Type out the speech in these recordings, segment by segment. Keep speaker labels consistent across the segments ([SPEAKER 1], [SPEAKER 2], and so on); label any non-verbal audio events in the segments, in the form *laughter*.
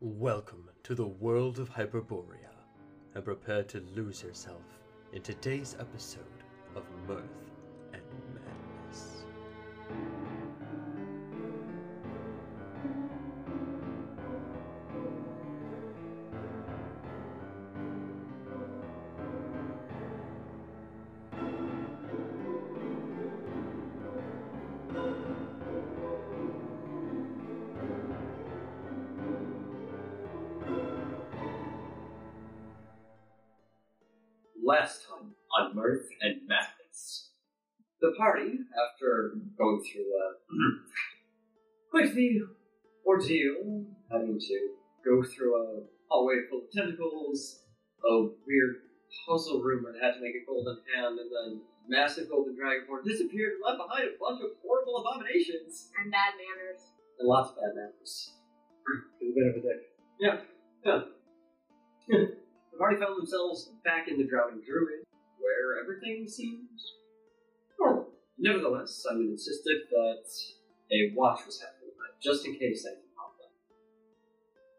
[SPEAKER 1] Welcome to the world of Hyperborea, and prepare to lose yourself in today's episode of Mirth and Madness.
[SPEAKER 2] last time on Mirth and Madness. The party, after going through a *clears throat* quite the ordeal, having to go through a hallway full of tentacles, a weird puzzle room that had to make a golden hand, and then massive golden dragonborn disappeared and left behind a bunch of horrible abominations
[SPEAKER 3] and bad manners.
[SPEAKER 2] and lots of bad manners. He's a bit of a dick. Yeah. Yeah. *laughs* They've already found themselves back in the Drowning Druid, where everything seems normal. Nevertheless, I would insisted that a watch was happening tonight, just in case anything popped up.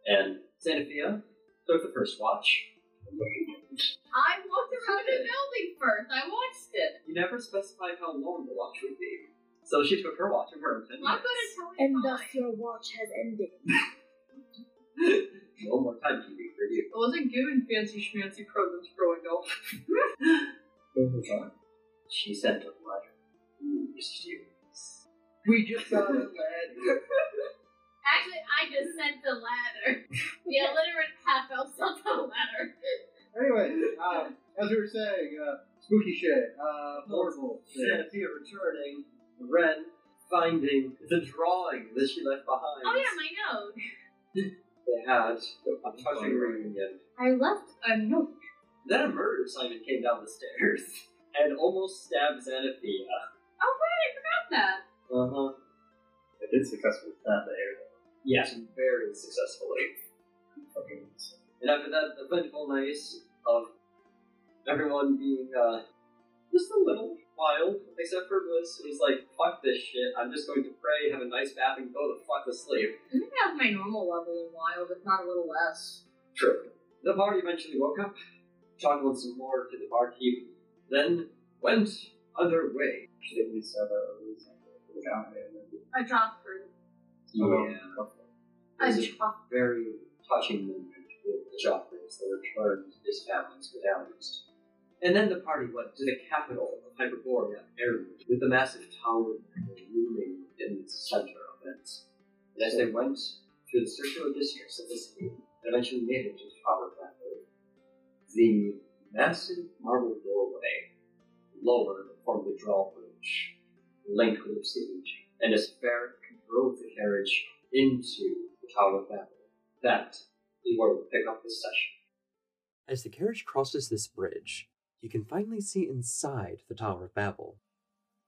[SPEAKER 2] And Xanafia took the first watch.
[SPEAKER 3] I walked around the building first. I watched it.
[SPEAKER 2] You never specified how long the watch would be, so she took her watch and her ten
[SPEAKER 3] I'm
[SPEAKER 2] minutes.
[SPEAKER 3] gonna tell you
[SPEAKER 4] And
[SPEAKER 3] mine.
[SPEAKER 4] thus your watch has ended.
[SPEAKER 2] One more time, TV, for you.
[SPEAKER 5] I wasn't given fancy schmancy presents growing up.
[SPEAKER 2] She sent a letter. Ooh, mysterious.
[SPEAKER 5] We just got a lead.
[SPEAKER 3] Actually, I just sent
[SPEAKER 5] *laughs*
[SPEAKER 3] the ladder. the illiterate half elf sent the ladder.
[SPEAKER 6] Anyway, uh, as we were saying, uh, spooky shit, uh, horrible shit.
[SPEAKER 2] Xanathia returning, Ren finding the drawing that she left behind.
[SPEAKER 3] Oh yeah, my nose.
[SPEAKER 2] They had a touching reunion.
[SPEAKER 4] I left
[SPEAKER 5] I know.
[SPEAKER 2] Then a murder Simon came down the stairs *laughs* and almost stabbed Xanathia.
[SPEAKER 3] Oh right, I forgot that.
[SPEAKER 2] Uh huh.
[SPEAKER 7] I did successfully stab the air.
[SPEAKER 2] Yes, very successfully.
[SPEAKER 7] Okay.
[SPEAKER 2] And after that, the vengeful nights of everyone being uh, just a little wild, except for Bliss, who's like, fuck this shit, I'm just going to pray, have a nice bath, and go the fuck to sleep.
[SPEAKER 5] I think that was my normal level in wild, if not a little less.
[SPEAKER 2] True. The party eventually woke up, talked some more to the barkeep, then went underway.
[SPEAKER 7] Should we stab a reason for the down there?
[SPEAKER 5] I dropped through.
[SPEAKER 2] It
[SPEAKER 5] I
[SPEAKER 2] was a
[SPEAKER 5] dropped.
[SPEAKER 2] very touching moment with the Joffreys that returned his families with ours. And then the party went to the capital of Hyperborea, Erin, with the massive tower looming in the center of it. And as they went through the circular districts of the city, and eventually made it to the tower capital, the massive marble doorway, lower formed the drawbridge, linked with the city, and as Ferric drove the carriage into the Tower of Babel. That is where we'll pick up this session.
[SPEAKER 1] As the carriage crosses this bridge, you can finally see inside the Tower of Babel.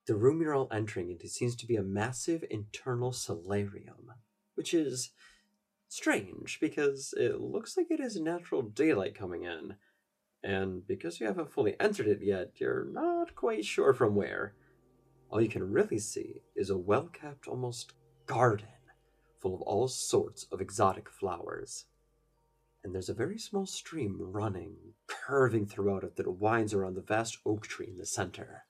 [SPEAKER 1] The room you're all entering into seems to be a massive internal solarium, which is strange because it looks like it is natural daylight coming in. And because you haven't fully entered it yet, you're not quite sure from where. All you can really see is a well kept, almost garden, full of all sorts of exotic flowers and there's a very small stream running, curving throughout it that winds around the vast oak tree in the center.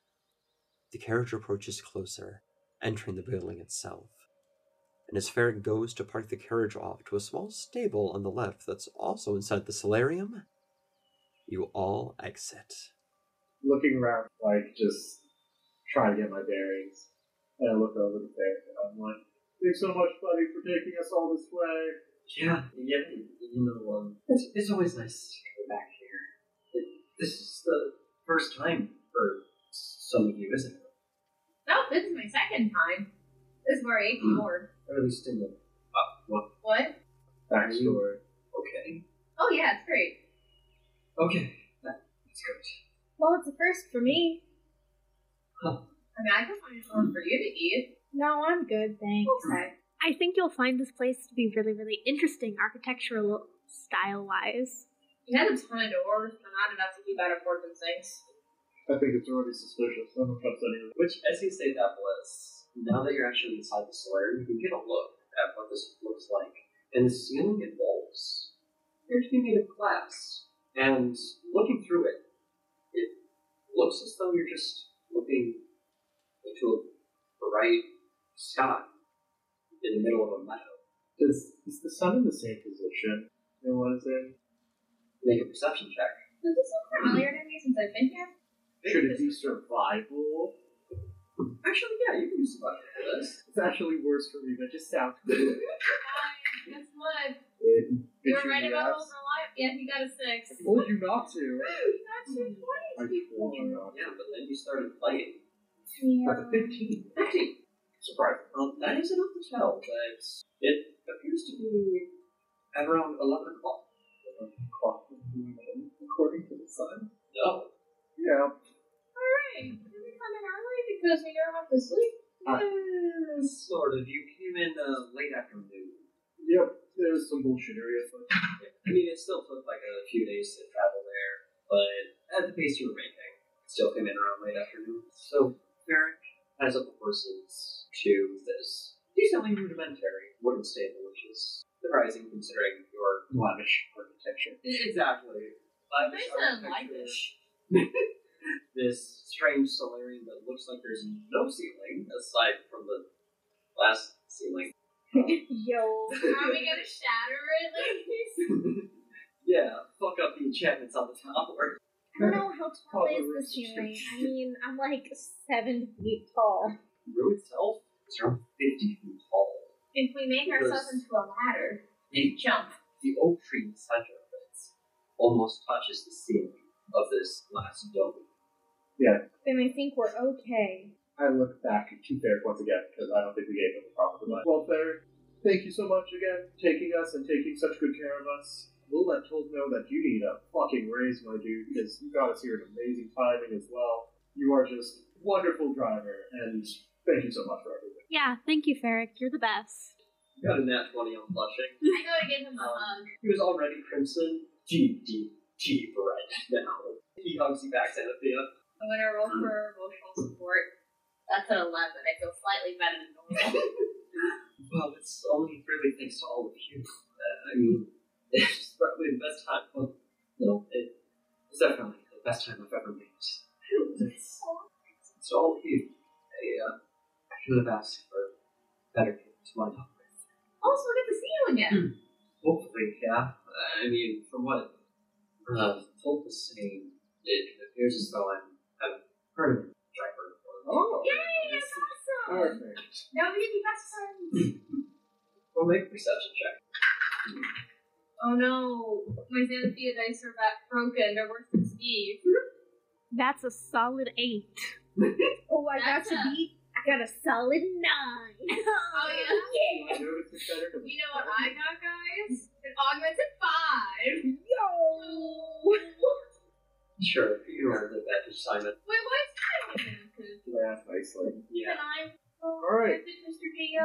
[SPEAKER 1] The carriage approaches closer, entering the building itself. And as Ferret goes to park the carriage off to a small stable on the left that's also inside the solarium, you all exit.
[SPEAKER 7] Looking around, like just trying to get my bearings, and I look over the bear, and I'm like, "Thanks so much, buddy, for taking us all this way."
[SPEAKER 2] Yeah, yeah, you know, um, it's, it's always nice to go back here. It, this is the first time for some of you, isn't it?
[SPEAKER 3] Nope, this is my second time. This is where I ate the
[SPEAKER 5] *clears throat*
[SPEAKER 3] board.
[SPEAKER 2] Or at least in the. Uh, well,
[SPEAKER 3] What?
[SPEAKER 7] Backstory.
[SPEAKER 2] okay.
[SPEAKER 3] Oh yeah, it's great.
[SPEAKER 2] Okay, that, that's good.
[SPEAKER 4] Well, it's a first for me.
[SPEAKER 3] I mean, I can find something for you to eat.
[SPEAKER 4] No, I'm good, thanks.
[SPEAKER 3] Okay.
[SPEAKER 8] I think you'll find this place to be really, really interesting architectural style wise.
[SPEAKER 3] You had a ton of doors, but not enough to keep out of and sinks.
[SPEAKER 7] I think it's already suspicious. I don't trust anyone.
[SPEAKER 2] Which, as you say that, Bliss, now that you're actually inside the solarium, you can get a look at what this looks like. And the ceiling and walls appears to be made of glass. And looking through it, it looks as though you're just looking into a bright sky in the middle of a meadow.
[SPEAKER 7] Is, is the sun in the same position it was in?
[SPEAKER 2] Make a perception check.
[SPEAKER 5] Does this look familiar to me since I've been here?
[SPEAKER 7] Should it be survival?
[SPEAKER 2] Actually, yeah, you can do survival for this.
[SPEAKER 7] It's actually worse for me, but it just
[SPEAKER 2] *laughs*
[SPEAKER 7] sounds good.
[SPEAKER 3] Fine, Guess what?
[SPEAKER 7] Bitch,
[SPEAKER 3] We're right
[SPEAKER 7] you
[SPEAKER 3] about
[SPEAKER 7] ass.
[SPEAKER 3] overlap. Yeah, he got a six.
[SPEAKER 7] Told you not to.
[SPEAKER 3] That's your
[SPEAKER 7] I
[SPEAKER 3] point.
[SPEAKER 7] told you not to.
[SPEAKER 2] Yeah, but then you started playing.
[SPEAKER 4] Yeah.
[SPEAKER 2] With a 15. 15. Surprising. Um, that is enough to tell that it appears to be at around 11 o'clock. 11 o'clock according to the sun? No.
[SPEAKER 7] Yeah.
[SPEAKER 5] Alright. Did we come in early because we never went to sleep?
[SPEAKER 7] Uh,
[SPEAKER 2] Yes, sort of. You came in uh, late afternoon.
[SPEAKER 7] Yep. There's some bullshittery. But
[SPEAKER 2] *laughs* I mean, it still took like a few days to travel there, but at the pace you were making, it still came in around late afternoon. So, Merrick has up the horses to this decently rudimentary wooden stable, which is surprising considering your lavish architecture. Exactly. Lavish
[SPEAKER 5] They sound
[SPEAKER 2] architecture. *laughs* this strange solarium that looks like there's no ceiling aside from the glass ceiling. *laughs*
[SPEAKER 4] Yo.
[SPEAKER 3] Are we gonna shatter it like this?
[SPEAKER 2] yeah, fuck up the enchantments on the tower.
[SPEAKER 4] I don't know how tall
[SPEAKER 7] Probably
[SPEAKER 4] is
[SPEAKER 7] roots
[SPEAKER 4] the
[SPEAKER 7] of
[SPEAKER 4] ceiling.
[SPEAKER 7] trees.
[SPEAKER 4] I mean, I'm like seven feet tall.
[SPEAKER 2] Room itself is around 50 feet tall.
[SPEAKER 3] If we make ourselves into a ladder,
[SPEAKER 2] The
[SPEAKER 3] jump.
[SPEAKER 2] the oak tree in the center of it almost touches the ceiling of this glass dome.
[SPEAKER 4] Then I think we're okay.
[SPEAKER 7] I look back at you, Ferric, once again, because I don't think we gave him the proper advice. Well, Ferric, thank you so much again for taking us and taking such good care of us. We'll let Told know that you need a fucking raise, my dude, because you got us here at amazing timing as well. You are just wonderful driver, and thank you so much for everything.
[SPEAKER 8] Yeah, thank you, Ferric. You're the best.
[SPEAKER 2] Got a nat 20 on flushing.
[SPEAKER 3] I gotta give him a
[SPEAKER 5] Um,
[SPEAKER 3] hug.
[SPEAKER 2] He was already crimson, deep, deep, deep right now. He hugs you back, Xanathia.
[SPEAKER 5] I'm gonna roll for emotional support. That's an 11. I feel slightly better than normal.
[SPEAKER 3] *laughs*
[SPEAKER 2] Well, it's only really thanks to all of you. Uh, I mean, it's probably the best time. Well, no, it- it's definitely the best time I've ever made. It's, it's all of you. I, uh, I could have asked for better gifts, why not?
[SPEAKER 5] also, good to see you again.
[SPEAKER 2] Hopefully, yeah. I mean, from what uh, Tolt was saying, it appears as though I'm I'm permanent driver.
[SPEAKER 7] Oh!
[SPEAKER 5] Yay, that's awesome!
[SPEAKER 7] Perfect.
[SPEAKER 5] Now we can be best friends.
[SPEAKER 2] Well, make a perception check.
[SPEAKER 5] Oh no, my Xanathia dice are back broken. They're worse than Steve.
[SPEAKER 8] That's a solid eight.
[SPEAKER 4] *laughs* Oh, I
[SPEAKER 3] That's
[SPEAKER 4] got
[SPEAKER 3] a-
[SPEAKER 4] to beat. I got a solid nine.
[SPEAKER 3] Oh *laughs*
[SPEAKER 5] *laughs*
[SPEAKER 3] yeah.
[SPEAKER 7] I noticed it's better to
[SPEAKER 3] You know what I got, guys? An augmented five.
[SPEAKER 5] *laughs*
[SPEAKER 4] Yo.
[SPEAKER 2] Sure, you are the advantage, Simon.
[SPEAKER 3] Wait, why is that augmented?
[SPEAKER 7] laugh nicely.
[SPEAKER 2] Yeah.
[SPEAKER 3] Can I?
[SPEAKER 7] Alright,
[SPEAKER 2] Now
[SPEAKER 3] Mr.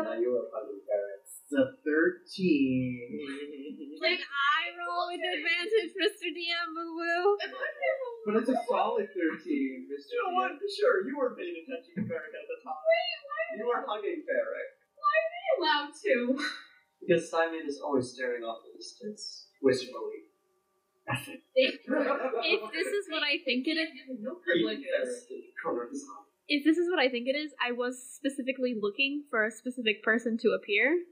[SPEAKER 3] Gingham?
[SPEAKER 2] you are hugging Barrett.
[SPEAKER 7] it's a
[SPEAKER 3] *laughs*
[SPEAKER 7] 13.
[SPEAKER 3] Can I roll with
[SPEAKER 8] advantage, Mr. DM Boo Boo.
[SPEAKER 7] but it's a solid 13, Mr.
[SPEAKER 2] You know what? Sure, you were paying attention to Barrett at the top. You were hugging Barrett.
[SPEAKER 3] allowed to.
[SPEAKER 2] Because Simon is always staring off the distance, wistfully.
[SPEAKER 8] If,
[SPEAKER 2] *laughs*
[SPEAKER 8] if this is what I think it is,
[SPEAKER 3] No
[SPEAKER 2] Reading
[SPEAKER 3] privileges.
[SPEAKER 2] Barrett in the corner of his eye.
[SPEAKER 8] if this is what I think it is, I was specifically looking for a specific person to appear.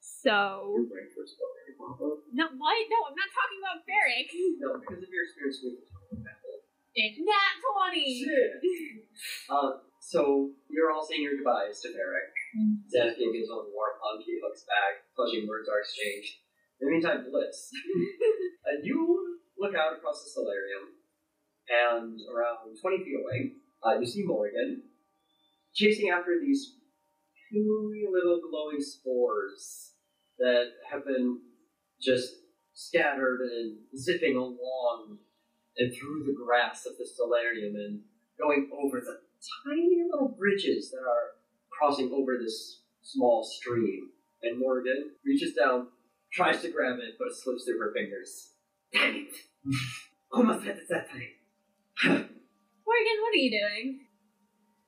[SPEAKER 8] So
[SPEAKER 2] You're waiting for a spell to come up.
[SPEAKER 8] no, what? No, I'm not talking about Ferric.
[SPEAKER 2] No, because of your experience with the Totem Apple.
[SPEAKER 8] Nat twenty.
[SPEAKER 2] um, so you're all saying your goodbyes to Merrick. Xanathia gives one warm hug, he looks back, flushing words are exchanged. In the meantime, Blitz. and you look out across the solarium, and around 20 feet away, uh, you see Morgan chasing after these two little glowing spores that have been just scattered and zipping along and through the grass of the solarium and going over the tiny little bridges that are crossing over this small stream. And Morgan reaches down, tries to grab it, but it slips through her fingers. Damn it! *laughs* Almost had it that time.
[SPEAKER 5] Morgan, what are you doing?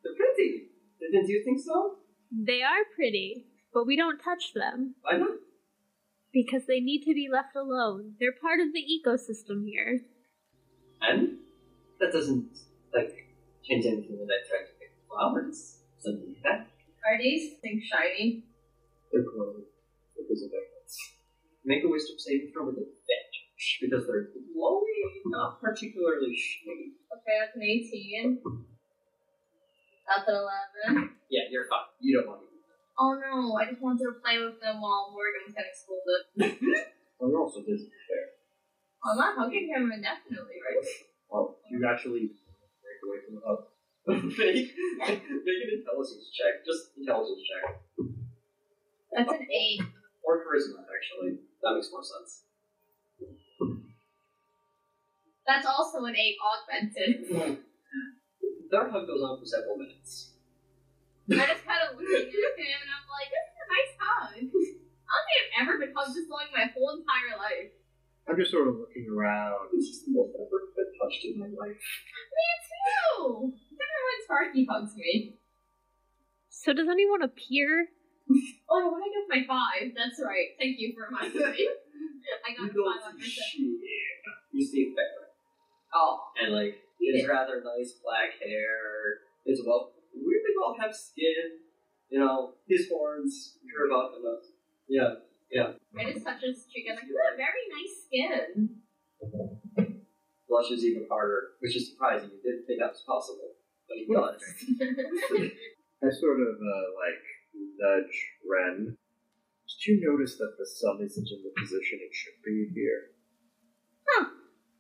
[SPEAKER 2] They're pretty. Didn't you think so?
[SPEAKER 8] They are pretty, but we don't touch them.
[SPEAKER 2] Why not?
[SPEAKER 8] Because they need to be left alone. They're part of the ecosystem here.
[SPEAKER 2] And that doesn't like change anything that I tried to pick flowers, something like that.
[SPEAKER 5] Are these things shiny?
[SPEAKER 2] They're glowing. It doesn't make sense. Make a wisdom saving throw with advantage because they're glowing, not particularly shiny.
[SPEAKER 5] Okay, that's an 18. That's an 11.
[SPEAKER 2] Yeah, you're fine. You don't want to.
[SPEAKER 5] Oh no, I just wanted to play with them while Morgan was getting scolded.
[SPEAKER 7] Well, you're also busy. Fair.
[SPEAKER 5] I'm not hugging him indefinitely, right?
[SPEAKER 7] Well, you actually break away from the
[SPEAKER 2] *laughs*
[SPEAKER 7] hub.
[SPEAKER 2] make, make an intelligence check. Just intelligence check.
[SPEAKER 5] That's an 8.
[SPEAKER 2] Or charisma, actually. That makes more sense.
[SPEAKER 3] That's also an eight augmented.
[SPEAKER 2] Their hug goes on for several minutes.
[SPEAKER 3] I just kind of looking at him and I'm like, this is a nice hug. I don't think I've ever been hugged this long in my whole entire life.
[SPEAKER 7] I'm just sort of looking around.
[SPEAKER 2] This is the most I've ever been touched in my life.
[SPEAKER 3] Me too!
[SPEAKER 5] Everyone Sparky hugs me.
[SPEAKER 8] So does anyone appear?
[SPEAKER 3] Oh, when I got my five, that's right. Thank you for reminding
[SPEAKER 2] *laughs*
[SPEAKER 3] me. I
[SPEAKER 2] You
[SPEAKER 3] got
[SPEAKER 2] don't
[SPEAKER 3] five on
[SPEAKER 2] see
[SPEAKER 3] perception.
[SPEAKER 2] shit. You see Becker.
[SPEAKER 5] Oh.
[SPEAKER 2] And like his rather nice black hair. His well weirdly well kept skin. You know, his horns curve up and up. Yeah.
[SPEAKER 3] I just touched his cheek and I'm like, "Ooh, very nice skin.
[SPEAKER 2] Blushes even harder, which is surprising. You didn't think that was possible. But he does.
[SPEAKER 3] *laughs*
[SPEAKER 7] I sort of uh, like nudge Ren. Did you notice that the sun isn't in the position it should be here?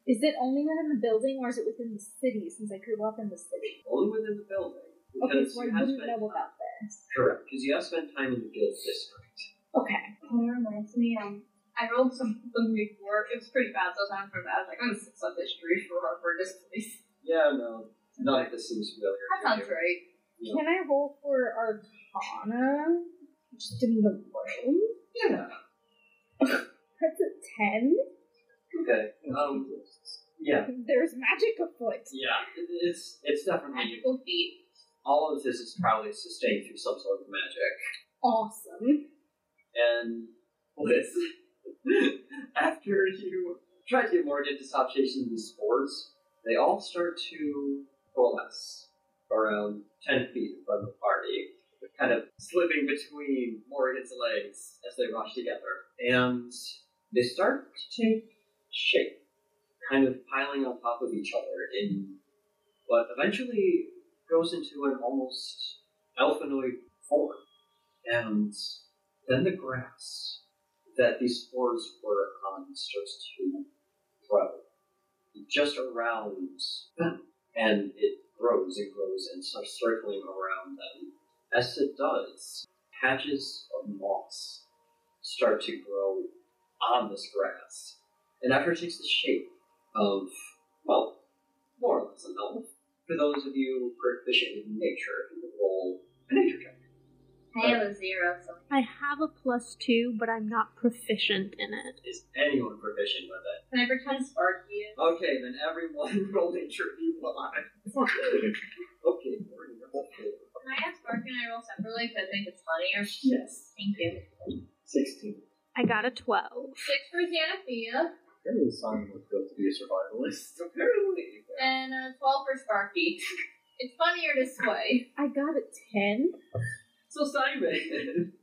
[SPEAKER 4] Is it only within the building or is it within the city since I grew up in the city?
[SPEAKER 2] Only within the building.
[SPEAKER 4] Okay,
[SPEAKER 2] Because
[SPEAKER 4] so
[SPEAKER 2] you
[SPEAKER 4] I
[SPEAKER 2] have
[SPEAKER 4] wouldn't
[SPEAKER 2] spent
[SPEAKER 4] know about this.
[SPEAKER 2] correct, because you have spent time in the guild district.
[SPEAKER 4] Okay.
[SPEAKER 5] It reminds me, um, I rolled some something before. It was pretty bad, so I was not for bad. I was like, I'm gonna six up history for for this place.
[SPEAKER 2] Yeah, no. Not that this seems familiar.
[SPEAKER 5] That sounds right.
[SPEAKER 4] Can I roll for Arcana? Just in the room?
[SPEAKER 2] Yeah.
[SPEAKER 4] That's a 10.
[SPEAKER 2] Okay. Um yeah.
[SPEAKER 4] There's magic afoot.
[SPEAKER 2] Yeah. it- It's it's definitely
[SPEAKER 5] Magical feet.
[SPEAKER 2] all of this is probably sustained through some sort of magic.
[SPEAKER 4] Awesome.
[SPEAKER 2] And Blitz, *laughs* after you try to get Morgan to stop chasing these spores, they all start to coalesce around 10 feet in front of the party, kind of slipping between Morgan's legs as they rush together. And they start to take shape, kind of piling on top of each other in what eventually goes into an almost elfinoid form. And then the grass that these spores were on starts to grow just around them. And it grows and grows and starts circling around them. As it does, patches of moss start to grow on this grass. And after it takes the shape of, well, more or less an elf, for those of you who are proficient in nature, you can roll a nature check.
[SPEAKER 5] I have a zero, so
[SPEAKER 8] I have a plus two, but I'm not proficient in it.
[SPEAKER 2] Is anyone proficient with it?
[SPEAKER 5] can I pretend Sparky is?
[SPEAKER 2] Okay, then everyone *laughs* roll nature if you want. *laughs* okay, Morgan, roll favor.
[SPEAKER 5] Can I ask Sparky and I roll separately? 'Cause I think it's funnier.
[SPEAKER 2] Yes.
[SPEAKER 5] Thank you.
[SPEAKER 2] 16.
[SPEAKER 8] I got a 12.
[SPEAKER 5] Six for Xanathia
[SPEAKER 7] Apparently, Simon was built to be a survivalist.
[SPEAKER 2] Apparently.
[SPEAKER 5] and uh, 12 for Sparky. *laughs* It's funnier this way.
[SPEAKER 4] I got a 10.
[SPEAKER 2] So, Simon,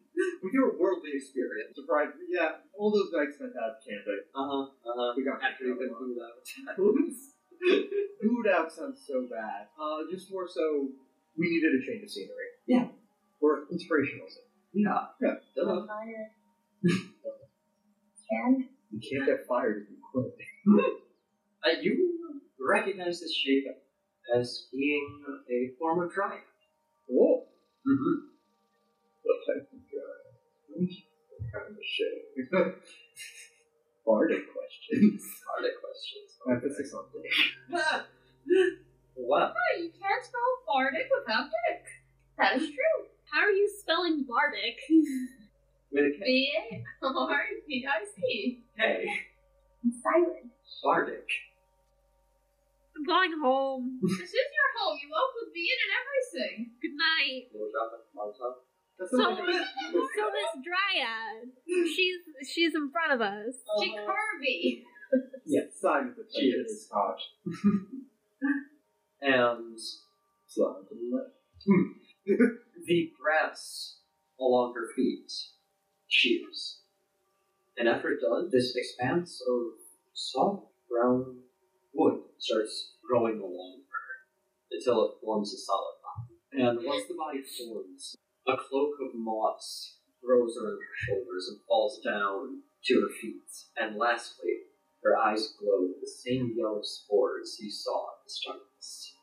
[SPEAKER 2] *laughs* with your worldly experience,
[SPEAKER 7] Surprise! Yeah, all those dice spent out of Canada.
[SPEAKER 2] uh
[SPEAKER 7] *laughs*
[SPEAKER 2] huh, uh huh,
[SPEAKER 7] We got
[SPEAKER 2] after
[SPEAKER 7] after
[SPEAKER 2] you've
[SPEAKER 7] the
[SPEAKER 2] been through that
[SPEAKER 7] *laughs*
[SPEAKER 2] times.
[SPEAKER 7] Food out sounds so bad. Uh, just more so, we needed a change of scenery.
[SPEAKER 2] Yeah.
[SPEAKER 7] Or inspirational. scenery.
[SPEAKER 2] yeah.
[SPEAKER 7] Yeah. Uh-huh.
[SPEAKER 2] Duh.
[SPEAKER 7] You can't get fired if you quit.
[SPEAKER 2] Uh, you recognize this shape as being a form of dryad.
[SPEAKER 7] Whoa!
[SPEAKER 2] Mm-hmm.
[SPEAKER 7] What type of guy? What kind of shit? *laughs* Bardic
[SPEAKER 2] *laughs*
[SPEAKER 7] questions.
[SPEAKER 2] Hard questions.
[SPEAKER 7] I have to
[SPEAKER 2] *laughs*
[SPEAKER 7] say something.
[SPEAKER 2] Ah. wow.
[SPEAKER 5] Oh, you can't spell Bardic without Dick. That is true.
[SPEAKER 8] How are you spelling bardic?
[SPEAKER 2] With a K.
[SPEAKER 5] B *laughs* A R D I C.
[SPEAKER 2] Hey.
[SPEAKER 5] Silent.
[SPEAKER 2] Bardic.
[SPEAKER 8] I'm going home.
[SPEAKER 5] This is your home. You woke with me in and everything.
[SPEAKER 8] Good night.
[SPEAKER 2] We'll drop it on top.
[SPEAKER 6] That's
[SPEAKER 8] So,
[SPEAKER 6] something-
[SPEAKER 8] so this dryad, she's she's in front of us.
[SPEAKER 5] Uh-huh.
[SPEAKER 3] She curvy.
[SPEAKER 2] Yes.
[SPEAKER 7] Sign of the
[SPEAKER 2] She is.
[SPEAKER 7] Scotch.
[SPEAKER 2] and *laughs* slide to the left. the grass along her feet shears. And after it does, this expanse of soft brown wood starts growing along her until it forms a solid body. And once the body forms, a cloak of moss grows around her shoulders and falls down to her feet. And lastly, her eyes glow with the same yellow spores you saw at the start of this.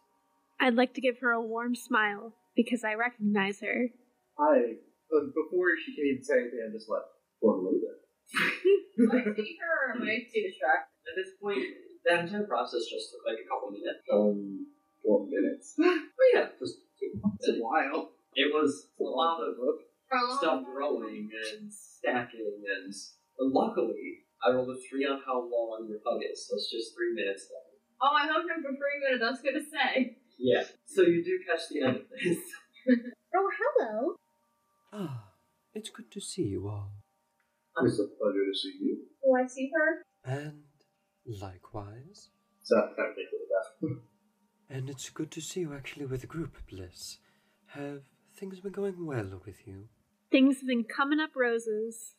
[SPEAKER 8] I'd like to give her a warm smile because I recognize her.
[SPEAKER 7] I, uh, before she can even say anything, I'm just like, well, hello there.
[SPEAKER 5] Do I see her or am I too distracted?
[SPEAKER 2] At this point, that entire process just took like a couple minutes.
[SPEAKER 7] Um, four
[SPEAKER 2] *gasps*
[SPEAKER 7] minutes.
[SPEAKER 2] But yeah, just
[SPEAKER 6] That's a while.
[SPEAKER 2] it was a lot of
[SPEAKER 5] For a long
[SPEAKER 2] stuff
[SPEAKER 5] time.
[SPEAKER 2] growing and stacking, and luckily I rolled a three on how long your hug is. So it's just three minutes long.
[SPEAKER 3] Oh, I hugged him for three minutes. I was gonna say.
[SPEAKER 2] Yeah. So you do catch the end of this.
[SPEAKER 4] Oh, hello.
[SPEAKER 1] Ah, it's good to see you all.
[SPEAKER 7] *laughs* It's a pleasure to see you.
[SPEAKER 5] Do I see her?
[SPEAKER 1] And likewise.
[SPEAKER 7] So that kind of makes it about.
[SPEAKER 1] And it's good to see you actually with group bliss. Have things been going well with you? *laughs*
[SPEAKER 8] Things have been coming up roses.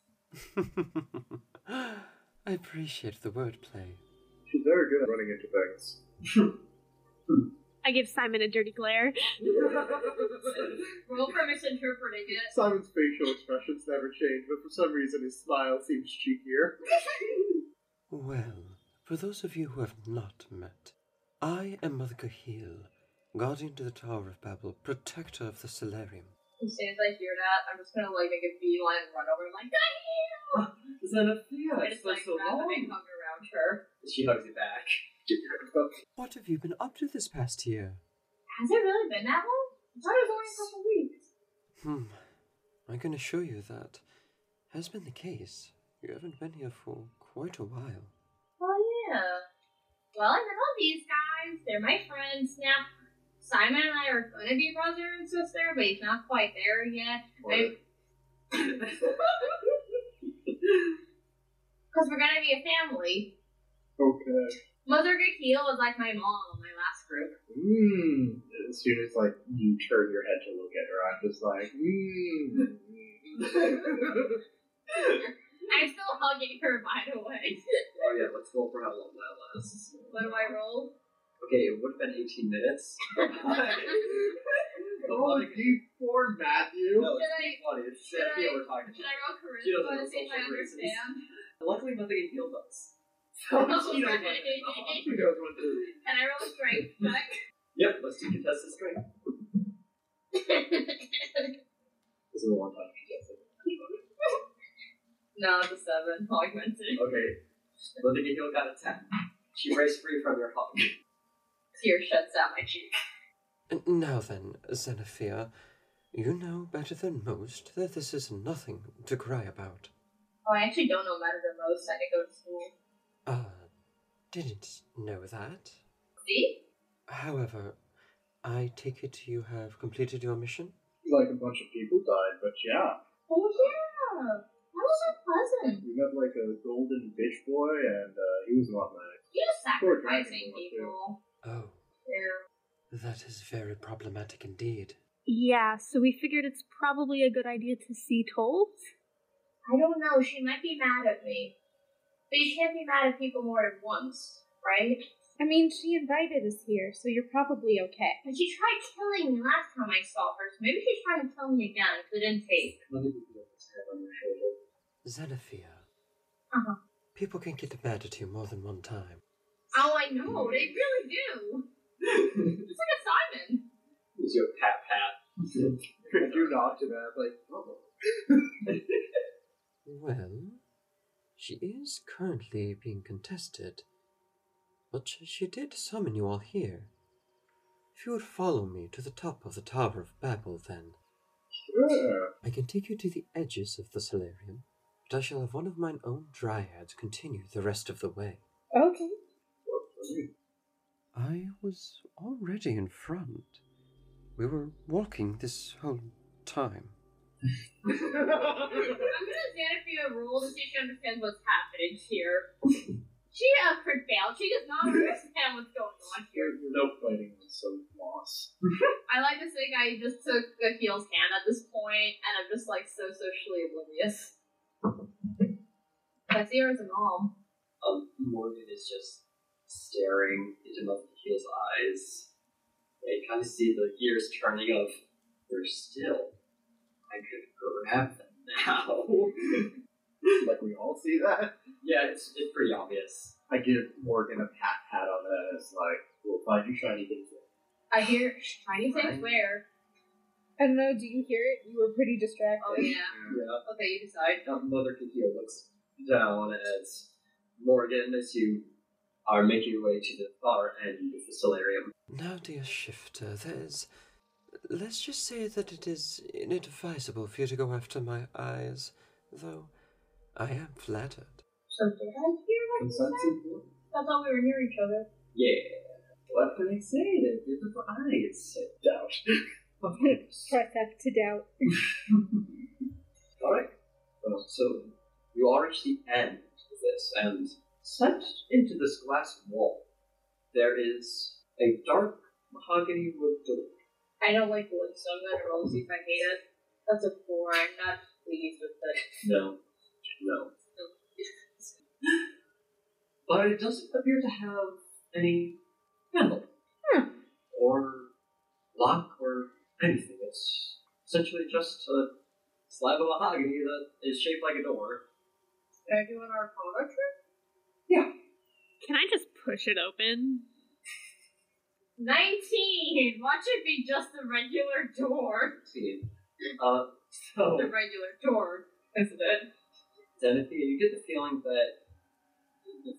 [SPEAKER 1] I appreciate the wordplay.
[SPEAKER 7] *laughs* She's very good at running into *laughs* things.
[SPEAKER 8] I give Simon a dirty glare.
[SPEAKER 3] Roll for misinterpreting it.
[SPEAKER 6] Simon's facial expressions never change, but for some reason his smile seems cheekier.
[SPEAKER 7] *laughs*
[SPEAKER 1] Well, for those of you who have not met, I am Mother Cahil, guardian to the Tower of Babel, protector of the Solarium.
[SPEAKER 5] As soon as I hear that, I'm just gonna like make a beeline and run over and like, I
[SPEAKER 2] *laughs* Xenophia,
[SPEAKER 5] I
[SPEAKER 2] it's
[SPEAKER 5] just
[SPEAKER 2] been
[SPEAKER 5] like
[SPEAKER 2] so
[SPEAKER 5] wrap a big
[SPEAKER 2] long.
[SPEAKER 5] hug around her.
[SPEAKER 2] She hugs you back.
[SPEAKER 1] What have you been up to this past year?
[SPEAKER 3] Has it really been that long?
[SPEAKER 5] I thought it was only a couple weeks.
[SPEAKER 1] Hmm, I can assure you that has been the case. You haven't been here for quite a while.
[SPEAKER 5] Oh yeah.
[SPEAKER 3] Well, I know these guys. They're my friends now. Simon and I are gonna be brother and sister, but he's not quite there yet. *laughs* Because we're gonna be a family.
[SPEAKER 7] Okay.
[SPEAKER 3] Mother Gakil was like my mom in my last group.
[SPEAKER 7] Mmm. As soon as like you turn your head to look at her, I'm just like, hmm. *laughs* mmm.
[SPEAKER 3] I'm still hugging her, by the way. *laughs*
[SPEAKER 2] Oh yeah, let's roll for how long that lasts.
[SPEAKER 3] What do I roll? *laughs*
[SPEAKER 2] Okay, it would have been 18 minutes. *laughs*
[SPEAKER 6] Roll a d4, Matthew.
[SPEAKER 2] No,
[SPEAKER 3] Should
[SPEAKER 2] it's funny. It's
[SPEAKER 3] should
[SPEAKER 2] Xenophia
[SPEAKER 3] I-
[SPEAKER 2] we're talking
[SPEAKER 3] Should
[SPEAKER 2] about.
[SPEAKER 3] I roll
[SPEAKER 2] She doesn't
[SPEAKER 3] charisma
[SPEAKER 2] know
[SPEAKER 3] to see if I
[SPEAKER 2] social graces.
[SPEAKER 3] understand?
[SPEAKER 2] Luckily, nothing can heal
[SPEAKER 7] *laughs*
[SPEAKER 2] us. So she knows what it is.
[SPEAKER 6] She knows what to do.
[SPEAKER 3] Can I roll a strength check?
[SPEAKER 2] uh, Yep, let's do contested strength.
[SPEAKER 3] *laughs*
[SPEAKER 2] This is a one time contested.
[SPEAKER 5] No, it's a seven. Augmented.
[SPEAKER 2] Okay, Mother Gahil got a 10. She breaks free from your hug.
[SPEAKER 5] Tear shuts out my cheek.
[SPEAKER 1] And Now then, Xenophia, you know better than most that this is nothing to cry about.
[SPEAKER 5] Oh, I actually don't know better than most. I didn't go to school.
[SPEAKER 1] Ah, didn't know that.
[SPEAKER 5] See?
[SPEAKER 1] However, I take it you have completed your mission?
[SPEAKER 7] like a bunch of people died, but yeah.
[SPEAKER 5] Oh yeah. That was unpleasant.
[SPEAKER 7] We met like a golden bitch boy, and uh, he was an automatic.
[SPEAKER 5] You just
[SPEAKER 7] Poor dragon
[SPEAKER 5] sacrificing
[SPEAKER 7] lord,
[SPEAKER 5] people.
[SPEAKER 1] Oh,
[SPEAKER 5] Yeah.
[SPEAKER 1] that is very problematic indeed.
[SPEAKER 8] Yeah, so we figured it's probably a good idea to see told.
[SPEAKER 3] I don't know. She might be mad at me. But you can't be mad at people more than once, right?
[SPEAKER 4] I mean, she invited us here, so you're probably okay.
[SPEAKER 3] And she tried killing me last time I saw her, so maybe she's trying to kill me again because it didn't take.
[SPEAKER 2] Mother Gahil has her on your shoulder.
[SPEAKER 1] Xenophia.
[SPEAKER 3] Uh-huh.
[SPEAKER 1] People can get mad at you more than one time.
[SPEAKER 3] Oh, I know. They really do. It's like a Simon.
[SPEAKER 2] Use your pat pat.
[SPEAKER 6] You're not to that. Like, oh.
[SPEAKER 1] Well, she is currently being contested, but sh- she did summon you all here. If you would follow me to the top of the Tower of Babel, then,
[SPEAKER 7] Sure.
[SPEAKER 1] I can take you to the edges of the solarium, but I shall have one of mine own dryads continue the rest of the way.
[SPEAKER 4] Okay.
[SPEAKER 7] Worked for
[SPEAKER 6] *laughs*
[SPEAKER 7] me.
[SPEAKER 1] I was already in front. We were walking this whole time.
[SPEAKER 3] I'm gonna Xanathia roll to see if she understands what's happening here. She uh, could fail. She does not understand what's going on here.
[SPEAKER 7] no fighting was so loss.
[SPEAKER 3] I like to think I just took a heel's hand at this point, and I'm just like so socially oblivious. That's ears and all.
[SPEAKER 2] Um, Morgan is just staring into Muffakeel's eyes. They kind of see the gears turning of, they're still. I could grab them now.
[SPEAKER 7] *laughs* Like we all see that.
[SPEAKER 2] yeah, it's, it's pretty obvious.
[SPEAKER 7] I give Morgan a pat pat on that and it's like, we'll find you shiny things.
[SPEAKER 3] I hear tiny
[SPEAKER 2] Right.
[SPEAKER 3] things where.
[SPEAKER 4] I don't know. Do you hear it? You were pretty distracted.
[SPEAKER 3] Oh yeah.
[SPEAKER 2] Yeah.
[SPEAKER 3] Okay, you decide.
[SPEAKER 2] Now Muffakiel looks down as Morgan, as you are making your way to the far end of the solarium.
[SPEAKER 1] Now, dear Shifter, there's. Let's just say that it is inadvisable for you to go after my eyes, though I am flattered.
[SPEAKER 5] So did I hear what you
[SPEAKER 7] Consent's
[SPEAKER 5] said?
[SPEAKER 7] important.
[SPEAKER 5] I thought we were near each other.
[SPEAKER 2] Yeah. What can I say? They're beautiful eyes. I doubt. *laughs*
[SPEAKER 4] Press F to doubt.
[SPEAKER 2] Alright. Well, Oh, so you are at the end of this, and set into this glass wall, there is a dark mahogany wood door.
[SPEAKER 5] I don't like wood, so I'm gonna roll to see if I hate it. That's a four. I'm not pleased with it.
[SPEAKER 2] No. No. But it doesn't appear to have any handle. Or lock or anything. It's essentially just a slab of mahogany that is shaped like a door.
[SPEAKER 5] Did I do an arcana trick?
[SPEAKER 8] Can I just push it open?
[SPEAKER 3] 19! Watch it be just the regular door.
[SPEAKER 2] See. Uh, so.
[SPEAKER 3] The regular door.
[SPEAKER 5] That's good.
[SPEAKER 2] Zenithia, you get the feeling that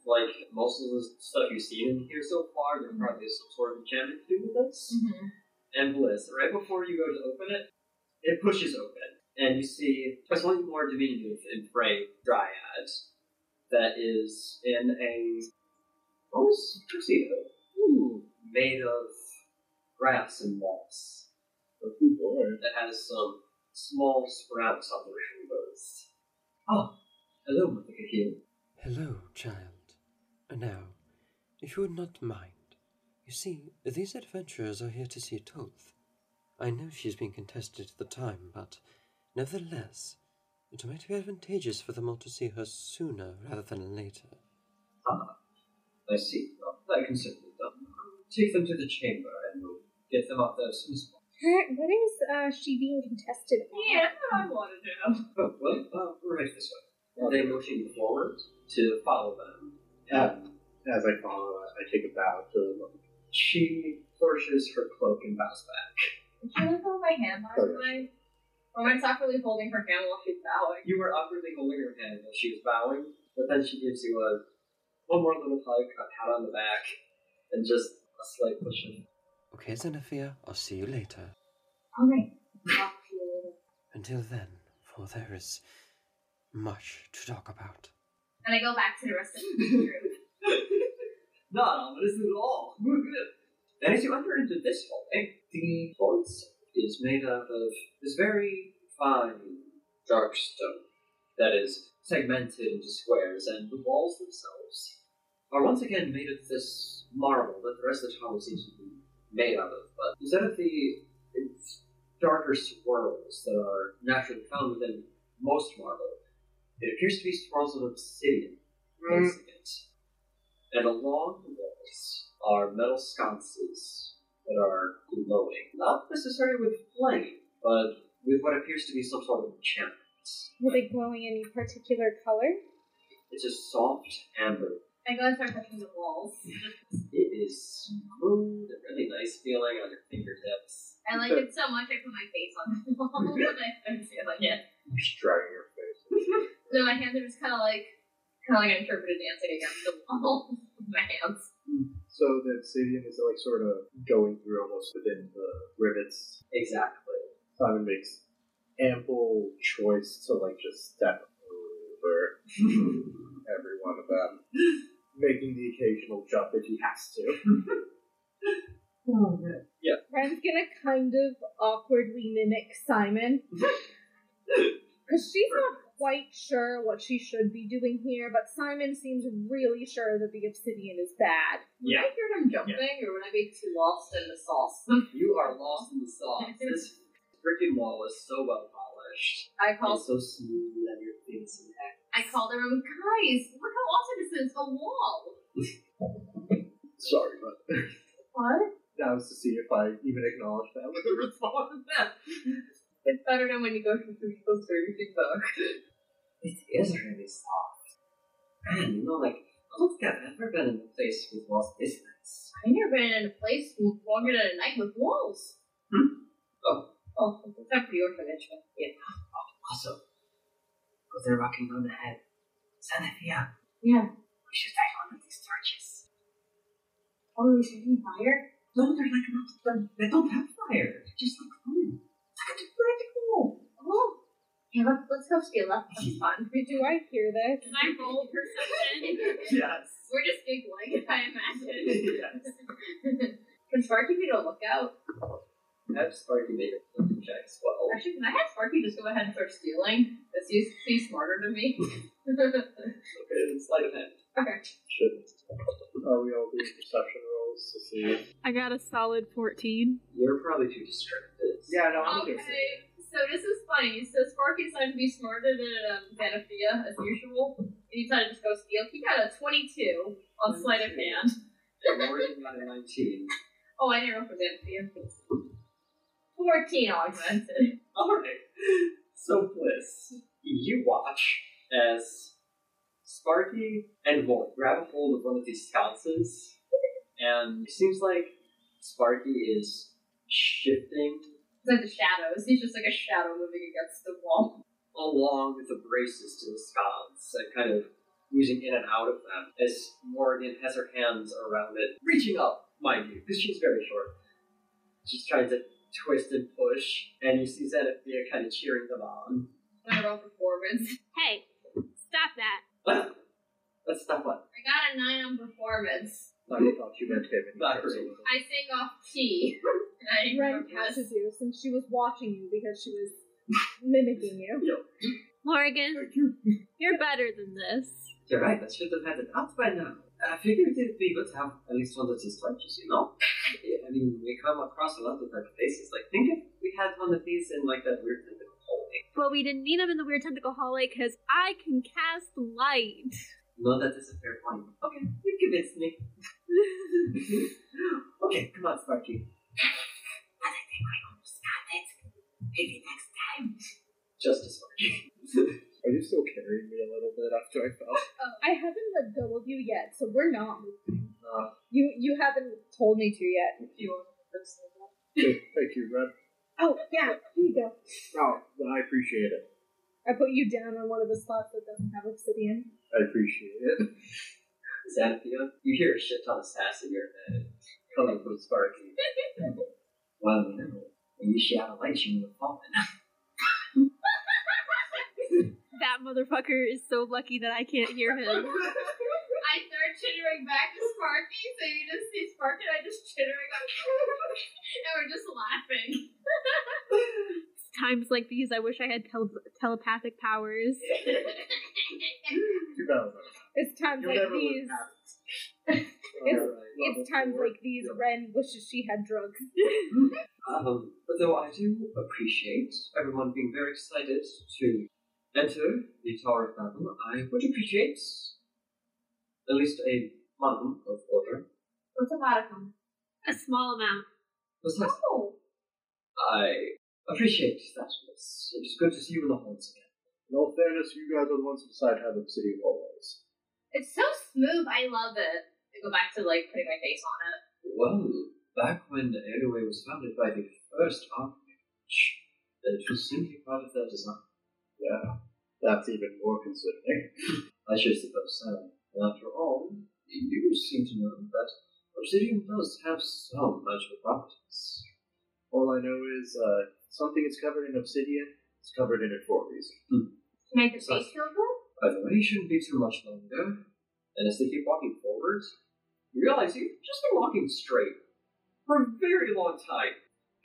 [SPEAKER 2] like most of the stuff you've seen in here so far, there probably is some sort of enchantment to do with this. And Bliss, right before you go to open it, it pushes open, and you see a slightly more diminutive and prey dryad that is in a almost tuxedo made of grass and moss that has some small sprouts on their shoulders. Oh, hello, Muffakiel.
[SPEAKER 1] Hello, child. Now, if you would not mind, you see, these adventurers are here to see Tolth. I know she has been contested at the time, but nevertheless, it might be advantageous for them all to see her sooner rather than later.
[SPEAKER 2] Ah, I see. Well, I can certainly done. Take them to the chamber and we'll get them up there as soon as possible.
[SPEAKER 4] Huh? What is uh, she being contested on?
[SPEAKER 3] Yeah, that's what I want to know.
[SPEAKER 2] Oh, well, uh, we're right this way. Well, they motion you forward to follow them. And
[SPEAKER 7] As I follow, uh, I I take a bow to look.
[SPEAKER 2] she flourishes her cloak and bows back.
[SPEAKER 3] Did you look over my hand, by the way? Or am I awkwardly holding her hand while she's bowing?
[SPEAKER 2] You were awkwardly holding her hand as she was bowing, but then she gives you a one more little hug, a pat on the back, and just a slight push. in.
[SPEAKER 1] Okay, Xenophia, I'll see you later.
[SPEAKER 3] Alright.
[SPEAKER 1] Until then, for there is much to talk about.
[SPEAKER 3] And I go back to the rest of the room.
[SPEAKER 2] Not ominous at all. *laughs* and as you enter into this hallway, the floor itself is made out of this very fine dark stone that is segmented into squares, and the walls themselves are once again made of this marble that the rest of the tower seems to be made out of. But instead of the darker swirls that are naturally found within most marble, it appears to be swirls of obsidian facing it. And along the walls are metal sconces that are glowing, not necessarily with flame, but with what appears to be some sort of enchantment.
[SPEAKER 4] Were they glowing any particular color?
[SPEAKER 2] It's a soft amber
[SPEAKER 3] I go and start touching the walls.
[SPEAKER 2] It is smooth, a really nice feeling on your fingertips.
[SPEAKER 3] I like it so much I put my face on the wall *laughs* and I understand like it.
[SPEAKER 7] Just dragging your face.
[SPEAKER 3] So my hands are just kinda like kinda like I'm interpretive dancing against the wall *laughs* with my hands.
[SPEAKER 7] So the obsidian is like sort of going through almost within the rivets.
[SPEAKER 2] Exactly.
[SPEAKER 7] Simon makes ample choice to like just step over every one of them, making the occasional jump if he has to.
[SPEAKER 4] Ren's gonna kind of awkwardly mimic Simon. *laughs* Because she's not quite sure what she should be doing here, but Simon seems really sure that the obsidian is bad.
[SPEAKER 5] Would I hear him jumping, or would I be too lost in the sauce?
[SPEAKER 2] You are lost in the sauce. This freaking wall is so well polished.
[SPEAKER 5] I called.
[SPEAKER 2] It's so smooth that your things intact.
[SPEAKER 5] I called her. and, Guys, look how awesome this is! A wall.
[SPEAKER 7] Sorry, but
[SPEAKER 5] What?
[SPEAKER 7] that was to see if I even acknowledged that with a response.
[SPEAKER 2] *laughs*
[SPEAKER 5] It's better than when you go from three books or you think book.
[SPEAKER 2] It is really soft. Man, you know, like, I don't think I've ever been in a place with walls this nice.
[SPEAKER 5] I've never been in a place longer than a night with walls.
[SPEAKER 2] Oh,
[SPEAKER 5] Hmm? Oh, except for the orphanage. but Yeah.
[SPEAKER 2] awesome. But they're rocking down the head. Sanafia,
[SPEAKER 5] Yeah.
[SPEAKER 2] we should light one of these torches.
[SPEAKER 5] Oh, are we setting fire?
[SPEAKER 2] No, they're like not. They're, they don't have fire. They just look fun. It's like a practical.
[SPEAKER 5] Oh. Yeah, let's, let's go see a *laughs* left. That's fun.
[SPEAKER 4] Do I hear this?
[SPEAKER 3] Can I roll
[SPEAKER 5] *laughs*
[SPEAKER 3] perception?
[SPEAKER 2] Yes.
[SPEAKER 3] We're just giggling, I imagine.
[SPEAKER 2] yes.
[SPEAKER 5] *laughs* Can Sparky be to look out?
[SPEAKER 2] Have Sparky make a flipping check as well.
[SPEAKER 5] Actually, can I have Sparky just go ahead and start stealing? Because he's, he's smarter than me. *laughs*
[SPEAKER 2] Okay, it's like that.
[SPEAKER 5] okay.
[SPEAKER 7] Should are we all doing perception rolls to see?
[SPEAKER 8] I got a solid 14.
[SPEAKER 2] You're probably too distracted.
[SPEAKER 6] Yeah, no, I'm okay.
[SPEAKER 3] Okay, so this is funny. So Sparky decided to be smarter than um, Benefia, as usual. And he decided to just go steal. He got a 22 on sleight of hand.
[SPEAKER 2] More than that at 19.
[SPEAKER 5] Oh, I didn't roll for Benefia. 14 augmented.
[SPEAKER 2] Alright. So, Bliss, you watch as Sparky and Volt grab a hold of one of these sconces, and it seems like Sparky is shifting
[SPEAKER 5] It's like the shadows. He's just like a shadow moving against the wall.
[SPEAKER 2] along with the braces to the sconce and kind of oozing in and out of them as Morgan has her hands around it, reaching up, mind you, because she's very short. She's trying to twist and push, and you see Zenithia kind of cheering them on.
[SPEAKER 5] When I roll performance.
[SPEAKER 8] Hey, stop that.
[SPEAKER 2] Let's stop what?
[SPEAKER 5] I got a 9 on performance.
[SPEAKER 7] I thought you meant him.
[SPEAKER 2] Not really.
[SPEAKER 5] I sing off key. *laughs* and I didn't
[SPEAKER 4] Ren
[SPEAKER 5] remember this.
[SPEAKER 4] catches you since she was watching you because she was mimicking you.
[SPEAKER 8] Morgan, you're better than this.
[SPEAKER 2] You're right, that should have had it out by now. I figured it'd be good to have at least one of these torches, you know? *laughs* I mean, we come across a lot of different places. Like, think if we had one of these in, like, oh, that weird little hallway.
[SPEAKER 8] But we didn't need him in the weird tentacle hallway because I can cast light.
[SPEAKER 2] No, that is a fair point. Okay, you convinced me. *laughs* okay, come on, Sparky. *laughs* But I think I understand it. Maybe next time. Just as Sparky.
[SPEAKER 7] *laughs* Are you still carrying me a little bit after I fell?
[SPEAKER 4] Oh, I haven't let go of you yet, so we're not moving.
[SPEAKER 7] Uh,
[SPEAKER 4] You you haven't told me to yet.
[SPEAKER 5] If you want to say that.
[SPEAKER 7] good. *laughs* Thank you, Red.
[SPEAKER 4] Oh yeah, here you go.
[SPEAKER 7] Oh, I appreciate it.
[SPEAKER 4] I put you down on one of the spots that doesn't have obsidian.
[SPEAKER 7] I appreciate it.
[SPEAKER 2] Xanthia, you hear a shit ton of sass in your head coming from Sparky. well, you know, maybe she had a light she would have fallen.
[SPEAKER 8] That motherfucker is so lucky that I can't hear him.
[SPEAKER 3] I start chittering back to Sparky, so you just see Sparky and I just chittering up.
[SPEAKER 5] *laughs*
[SPEAKER 3] and we're just laughing.
[SPEAKER 8] Times like these, I wish I had tele- telepathic powers.
[SPEAKER 7] Too bad.
[SPEAKER 4] It's times
[SPEAKER 7] You'll
[SPEAKER 4] like
[SPEAKER 7] never
[SPEAKER 4] these.
[SPEAKER 7] live past
[SPEAKER 4] *laughs* It's-
[SPEAKER 7] Alright, level
[SPEAKER 4] It's times
[SPEAKER 7] four.
[SPEAKER 4] like these.
[SPEAKER 7] Yeah.
[SPEAKER 4] Ren wishes she had drugs.
[SPEAKER 2] Um, but though I do appreciate everyone being very excited to enter the Tower of Babel, I would appreciate at least a modicum of order.
[SPEAKER 5] What's a modicum?
[SPEAKER 8] A small amount.
[SPEAKER 2] Besides,
[SPEAKER 5] Oh.
[SPEAKER 2] I appreciate that, miss. It is good to see you in the halls again.
[SPEAKER 7] In all fairness, you guys are the ones who decide how the city rolls.
[SPEAKER 5] It's so smooth. I love it. I go back to like putting my face on it.
[SPEAKER 2] Well, back when the Airway was founded by the first Archmage, it was simply part of their design.
[SPEAKER 7] Yeah, that's even more concerning.
[SPEAKER 2] *laughs* I should suppose so. And after all, you seem to know that obsidian does have some magical properties.
[SPEAKER 7] All I know is uh, something is covered in obsidian. It's covered in it for a reason.
[SPEAKER 5] Can I make your face feel good?
[SPEAKER 2] By the way, you shouldn't be too much longer. And as they keep walking forward, you realize you've just been walking straight for a very long time.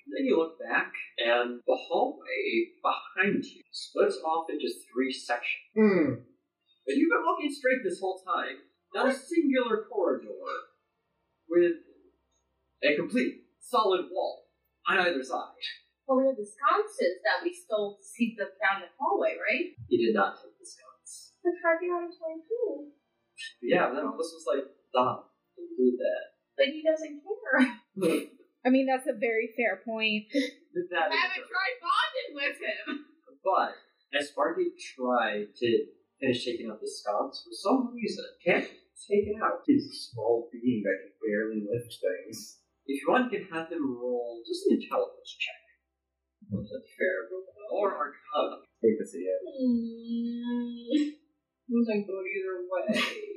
[SPEAKER 2] Then you look back, and the hallway behind you splits off into three sections.
[SPEAKER 6] Hmm.
[SPEAKER 2] But you've been walking straight this whole time. Not a singular corridor with a complete solid wall on either side.
[SPEAKER 5] Well, we had the sconces that we stole to see them down the hallway, right?
[SPEAKER 2] You did not take the sconce.
[SPEAKER 5] The carving on his way too.
[SPEAKER 2] But yeah, no, this was like, stop, don't do that. *laughs*
[SPEAKER 5] But he doesn't care.
[SPEAKER 4] I mean, that's a very fair point.
[SPEAKER 2] that
[SPEAKER 3] I
[SPEAKER 2] is
[SPEAKER 3] haven't tried bonding with him.
[SPEAKER 2] But as Fargate tried to finish taking out the sconce, for some reason, can't take it out.
[SPEAKER 7] He's a small being that can barely lift things.
[SPEAKER 2] If you want, you can have them roll just an intelligence check. That's fair. Or arcana.
[SPEAKER 7] Take this again.
[SPEAKER 5] Hmm. Doesn't go either way.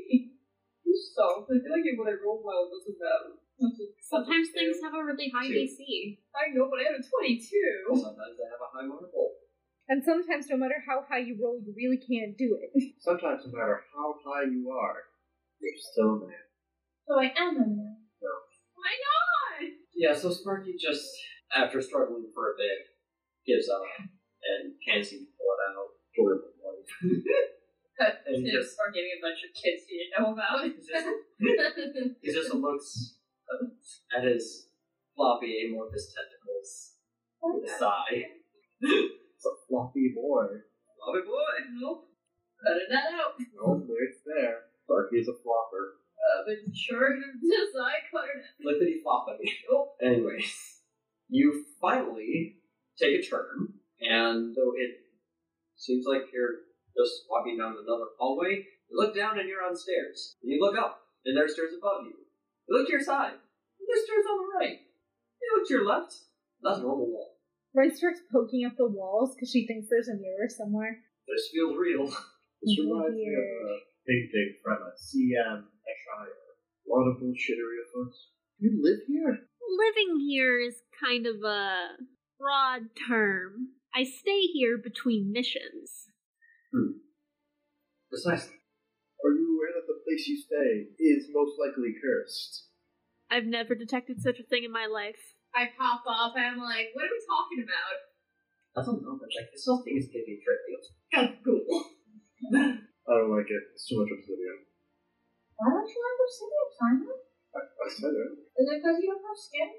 [SPEAKER 5] So, I feel like what I rolled well doesn't matter.
[SPEAKER 8] Sometimes things have a really high AC.
[SPEAKER 5] I know, but I have a 22.
[SPEAKER 2] Sometimes I have a high marble.
[SPEAKER 4] And sometimes, no matter how high you roll, you really can't do it. *laughs*
[SPEAKER 7] Sometimes, no matter how high you are, you're still a man.
[SPEAKER 5] So I am a man.
[SPEAKER 3] Why not?
[SPEAKER 2] Yeah, so Sparky just, after struggling for a bit, gives up and can't seem to pull it out. Jordan would like. And
[SPEAKER 3] Just
[SPEAKER 2] just-
[SPEAKER 3] start giving a bunch of kids you didn't know about.
[SPEAKER 2] He
[SPEAKER 5] *laughs*
[SPEAKER 2] just- he just looks at his floppy amorphous tentacles with a sigh.
[SPEAKER 7] It's a floppy boy.
[SPEAKER 2] Floppy boy!
[SPEAKER 5] Nope. Cut it out.
[SPEAKER 7] No, it's there. Darky is a flopper.
[SPEAKER 5] Uh, but sure, *laughs* just I cut it out.
[SPEAKER 2] Flippity floppity. Anyways, you finally take a turn, and though it seems like you're just walking down another hallway, you look down and you're on stairs. And you look up, and there's stairs above you. You look to your side, and there's stairs on the right. You look to your left, that's a normal wall.
[SPEAKER 4] Ren starts poking up the walls because she thinks there's a mirror somewhere.
[SPEAKER 2] This feels real. *laughs*
[SPEAKER 7] This reminds me of a uh, big, big premise. CM Ashire. A lot of bullshittery afoot. You live here?
[SPEAKER 8] Living here is kind of a broad term. I stay here between missions.
[SPEAKER 2] Precisely.
[SPEAKER 7] Are you aware that the place you stay is most likely cursed?
[SPEAKER 8] I've never detected such a thing in my life.
[SPEAKER 3] I pop up and I'm like, what are we talking about?
[SPEAKER 2] I don't know, but like, this whole thing is getting trippy. It's kind of cool.
[SPEAKER 7] I don't like it. It's too much obsidian.
[SPEAKER 5] Why don't you have obsidian, Simon?
[SPEAKER 7] I, I said it.
[SPEAKER 5] Is it because you don't have skin?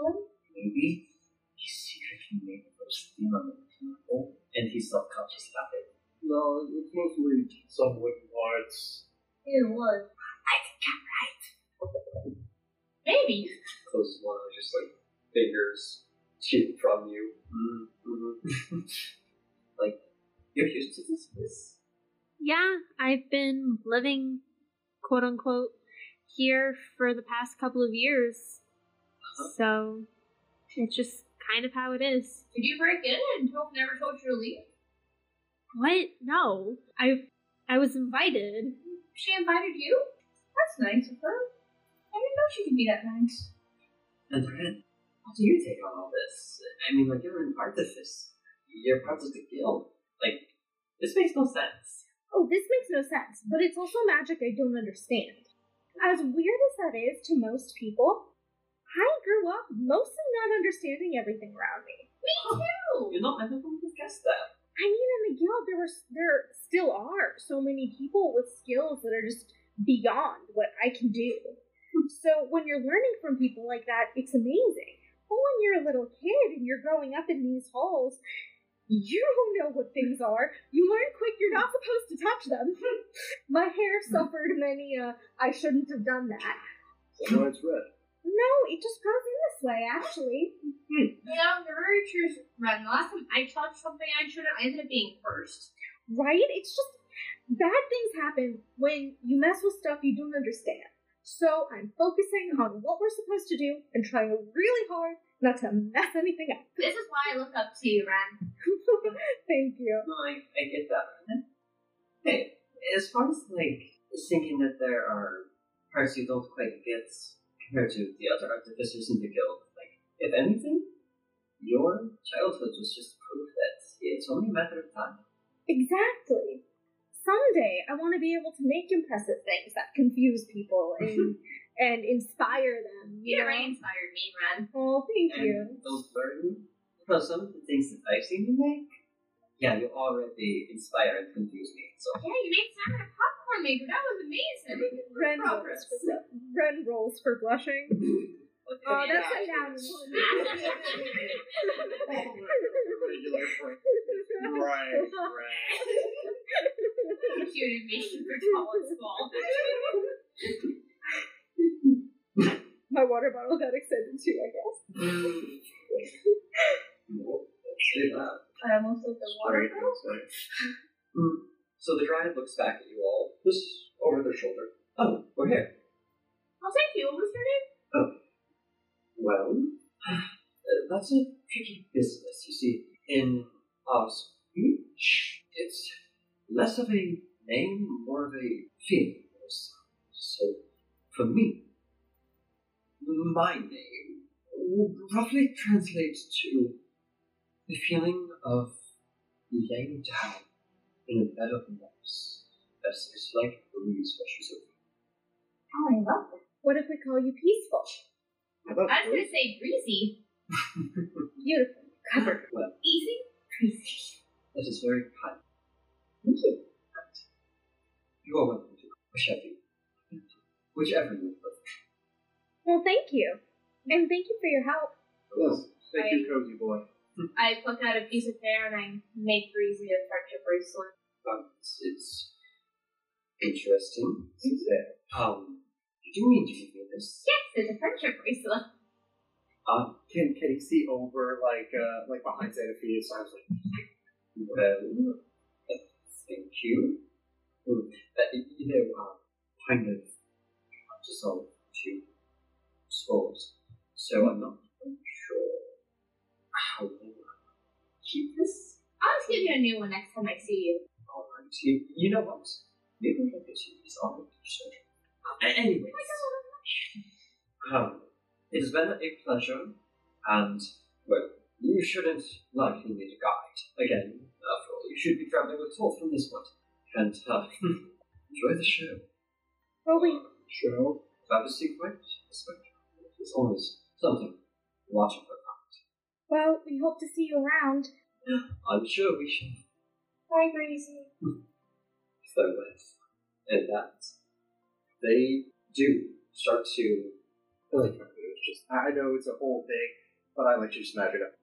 [SPEAKER 5] Well,
[SPEAKER 2] Maybe he's secretly made the first thing on the people, and he's subconscious about it.
[SPEAKER 7] No, it's mostly some wooden parts.
[SPEAKER 5] Either one.
[SPEAKER 3] Maybe.
[SPEAKER 2] Closest one was just like fingers shooting from you. Mm-hmm. *laughs* like, you're used to this? Yes.
[SPEAKER 8] Yeah, I've been living, quote unquote, here for the past couple of years. So it's just kind of how it is.
[SPEAKER 3] Did you break in and Toph never told you to leave?
[SPEAKER 8] What? No. I I was invited.
[SPEAKER 3] She invited you?
[SPEAKER 5] That's nice of her. I didn't know she could be that nice.
[SPEAKER 2] And then, how do you take on all this? I mean, like, you're an artifice, you're part of the guild. Like, this makes no sense.
[SPEAKER 4] Oh, this makes no sense, but it's also magic I don't understand. As weird as that is to most people, I grew up mostly not understanding everything around me.
[SPEAKER 2] You know, I never would have guessed that.
[SPEAKER 4] I mean, in the guild, there were there still are so many people with skills that are just beyond what I can do. So when you're learning from people like that, it's amazing. But when you're a little kid and you're growing up in these halls, you don't know what things are. You learn quick you're not supposed to touch them. *laughs* My hair suffered many uh I shouldn't have done that.
[SPEAKER 7] No, it's red.
[SPEAKER 4] No, it just grows in this way, actually.
[SPEAKER 3] Yeah, the very true, Ren. The last time I touched something I shouldn't, I ended up being cursed.
[SPEAKER 4] Right? It's just bad things happen when you mess with stuff you don't understand. So I'm focusing on what we're supposed to do and trying really hard not to mess anything up. *laughs*
[SPEAKER 3] This is why I look up to you, Ren.
[SPEAKER 4] Thank you.
[SPEAKER 2] No, I, I get that. And then, Hey, as far as like thinking that there are parts you don't quite get compared to the other artificers in the guild, like if anything, your childhood was just proof that it's only a matter of time.
[SPEAKER 4] Exactly. Someday I want to be able to make impressive things that confuse people and and inspire them. You
[SPEAKER 3] Peter Ray
[SPEAKER 4] know?
[SPEAKER 3] inspired me, Ren.
[SPEAKER 4] Oh, thank you.
[SPEAKER 2] and they'll learn from some of the things that I've seen you make. Yeah, you already inspire and confuse me. So
[SPEAKER 3] Yeah, you made salmon and popcorn maker. That was amazing.
[SPEAKER 4] Ren rolls,
[SPEAKER 3] *laughs*
[SPEAKER 2] Progress.
[SPEAKER 4] for, Ren rolls for blushing. *laughs*
[SPEAKER 2] Okay.
[SPEAKER 4] Oh, that's
[SPEAKER 2] Yeah.
[SPEAKER 3] *laughs*
[SPEAKER 4] like
[SPEAKER 2] *laughs*
[SPEAKER 4] down one.
[SPEAKER 7] Regular *laughs* friend. Right, right.
[SPEAKER 3] Cute me *laughs* for tall and small.
[SPEAKER 4] My water bottle got extended too, I guess.
[SPEAKER 2] Mm.
[SPEAKER 4] *laughs*
[SPEAKER 2] Say that.
[SPEAKER 5] I almost like the water.
[SPEAKER 7] Straight insight.
[SPEAKER 2] So the dryad looks back at you all, just over their shoulder. Oh, we're here.
[SPEAKER 3] I'll take you. What was your name?
[SPEAKER 2] Well, *sighs* uh, that's a tricky business, you see. In our speech, it's less of a name, more of a feeling. or sound. So, for me, my name would roughly translates to the feeling of laying down in a bed of moss. That's it's like a breeze rushes over.
[SPEAKER 5] Oh, I love that.
[SPEAKER 4] What if we call you peaceful?
[SPEAKER 7] How about
[SPEAKER 3] I was gonna say breezy.
[SPEAKER 4] Beautiful. Covered.
[SPEAKER 2] Well,
[SPEAKER 3] Easy? Breezy.
[SPEAKER 2] that is very kind.
[SPEAKER 5] Thank you.
[SPEAKER 2] You are welcome to Chevy. Whichever you prefer.
[SPEAKER 4] Well, thank you. And thank you for your help.
[SPEAKER 7] Yes. Thank you, cozy boy.
[SPEAKER 3] I pluck out a piece of hair and I make breezy a friendship bracelet.
[SPEAKER 2] Um, it's, it's interesting.
[SPEAKER 7] It's there.
[SPEAKER 2] Um, did you mean to give me this?
[SPEAKER 3] Yes, it's a friendship bracelet.
[SPEAKER 2] Um,
[SPEAKER 7] Uh, Can can you see over like uh like behind Xanafia? So I was like,
[SPEAKER 2] well, uh, thank you. Hmm, uh, you know, uh, kind of just on two souls, so I'm not sure how long keep this.
[SPEAKER 3] I'll just give you a new one next time I see you.
[SPEAKER 2] Alright, you, you know what? Maybe we can get you these on the t-shirt. Uh, anyways. Um, it has been a pleasure, and, well, you shouldn't likely need a guide. Again, after all, you should be traveling with Thor from this point. And, uh, enjoy the show.
[SPEAKER 4] Well, we
[SPEAKER 2] Show? About a secret? A spectrum. There's always something watching for
[SPEAKER 4] well, we hope to see you around.
[SPEAKER 2] I'm sure we should
[SPEAKER 3] Bye, breezy.
[SPEAKER 2] so with, and that they do start to
[SPEAKER 7] I like how it was just. I I know it's a whole thing, but I like to just measure it *laughs* up.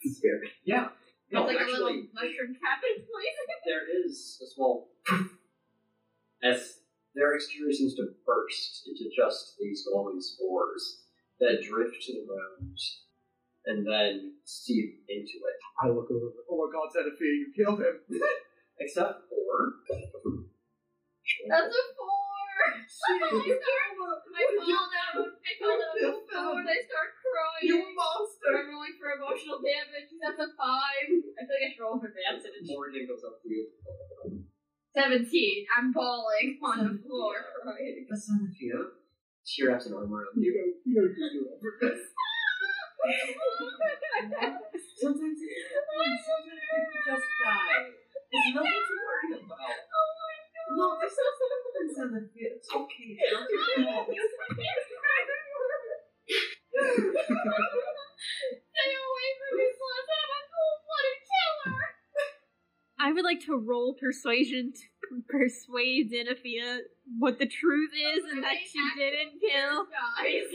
[SPEAKER 7] it's scary.
[SPEAKER 2] yeah. No,
[SPEAKER 3] it's like a little
[SPEAKER 2] actually,
[SPEAKER 3] mushroom cabin place. *laughs*
[SPEAKER 2] there is a small *laughs* as their exterior seems to burst into just these glowing spores that drift to the ground and then seep into it.
[SPEAKER 7] I look over. Oh my God, Xanafia, you killed him.
[SPEAKER 2] *laughs* Except
[SPEAKER 3] *laughs*
[SPEAKER 2] for
[SPEAKER 3] That's a four. *laughs* I start, I fall down. I fall down on the floor and I start crying.
[SPEAKER 2] *laughs*
[SPEAKER 3] You monster! I'm rolling for emotional damage. That's a five. I feel like I should roll for damage.
[SPEAKER 2] Morgan goes up to you.
[SPEAKER 3] Seventeen. I'm bawling on the floor.
[SPEAKER 2] Right. That's not a few. She wraps an arm around you.
[SPEAKER 7] You know, you know, you know.
[SPEAKER 2] *laughs* Sometimes it happens. Sometimes people just die. There's nothing to worry about.
[SPEAKER 3] Oh
[SPEAKER 2] No, there's no sentence on the fear. It's okay. It's not your fault.
[SPEAKER 3] *laughs* Stay away from me, plus I'm a cold-blooded killer.
[SPEAKER 8] I would like to roll persuasion to *laughs* persuade Xenophia what the truth is and that she didn't kill.
[SPEAKER 3] Guys.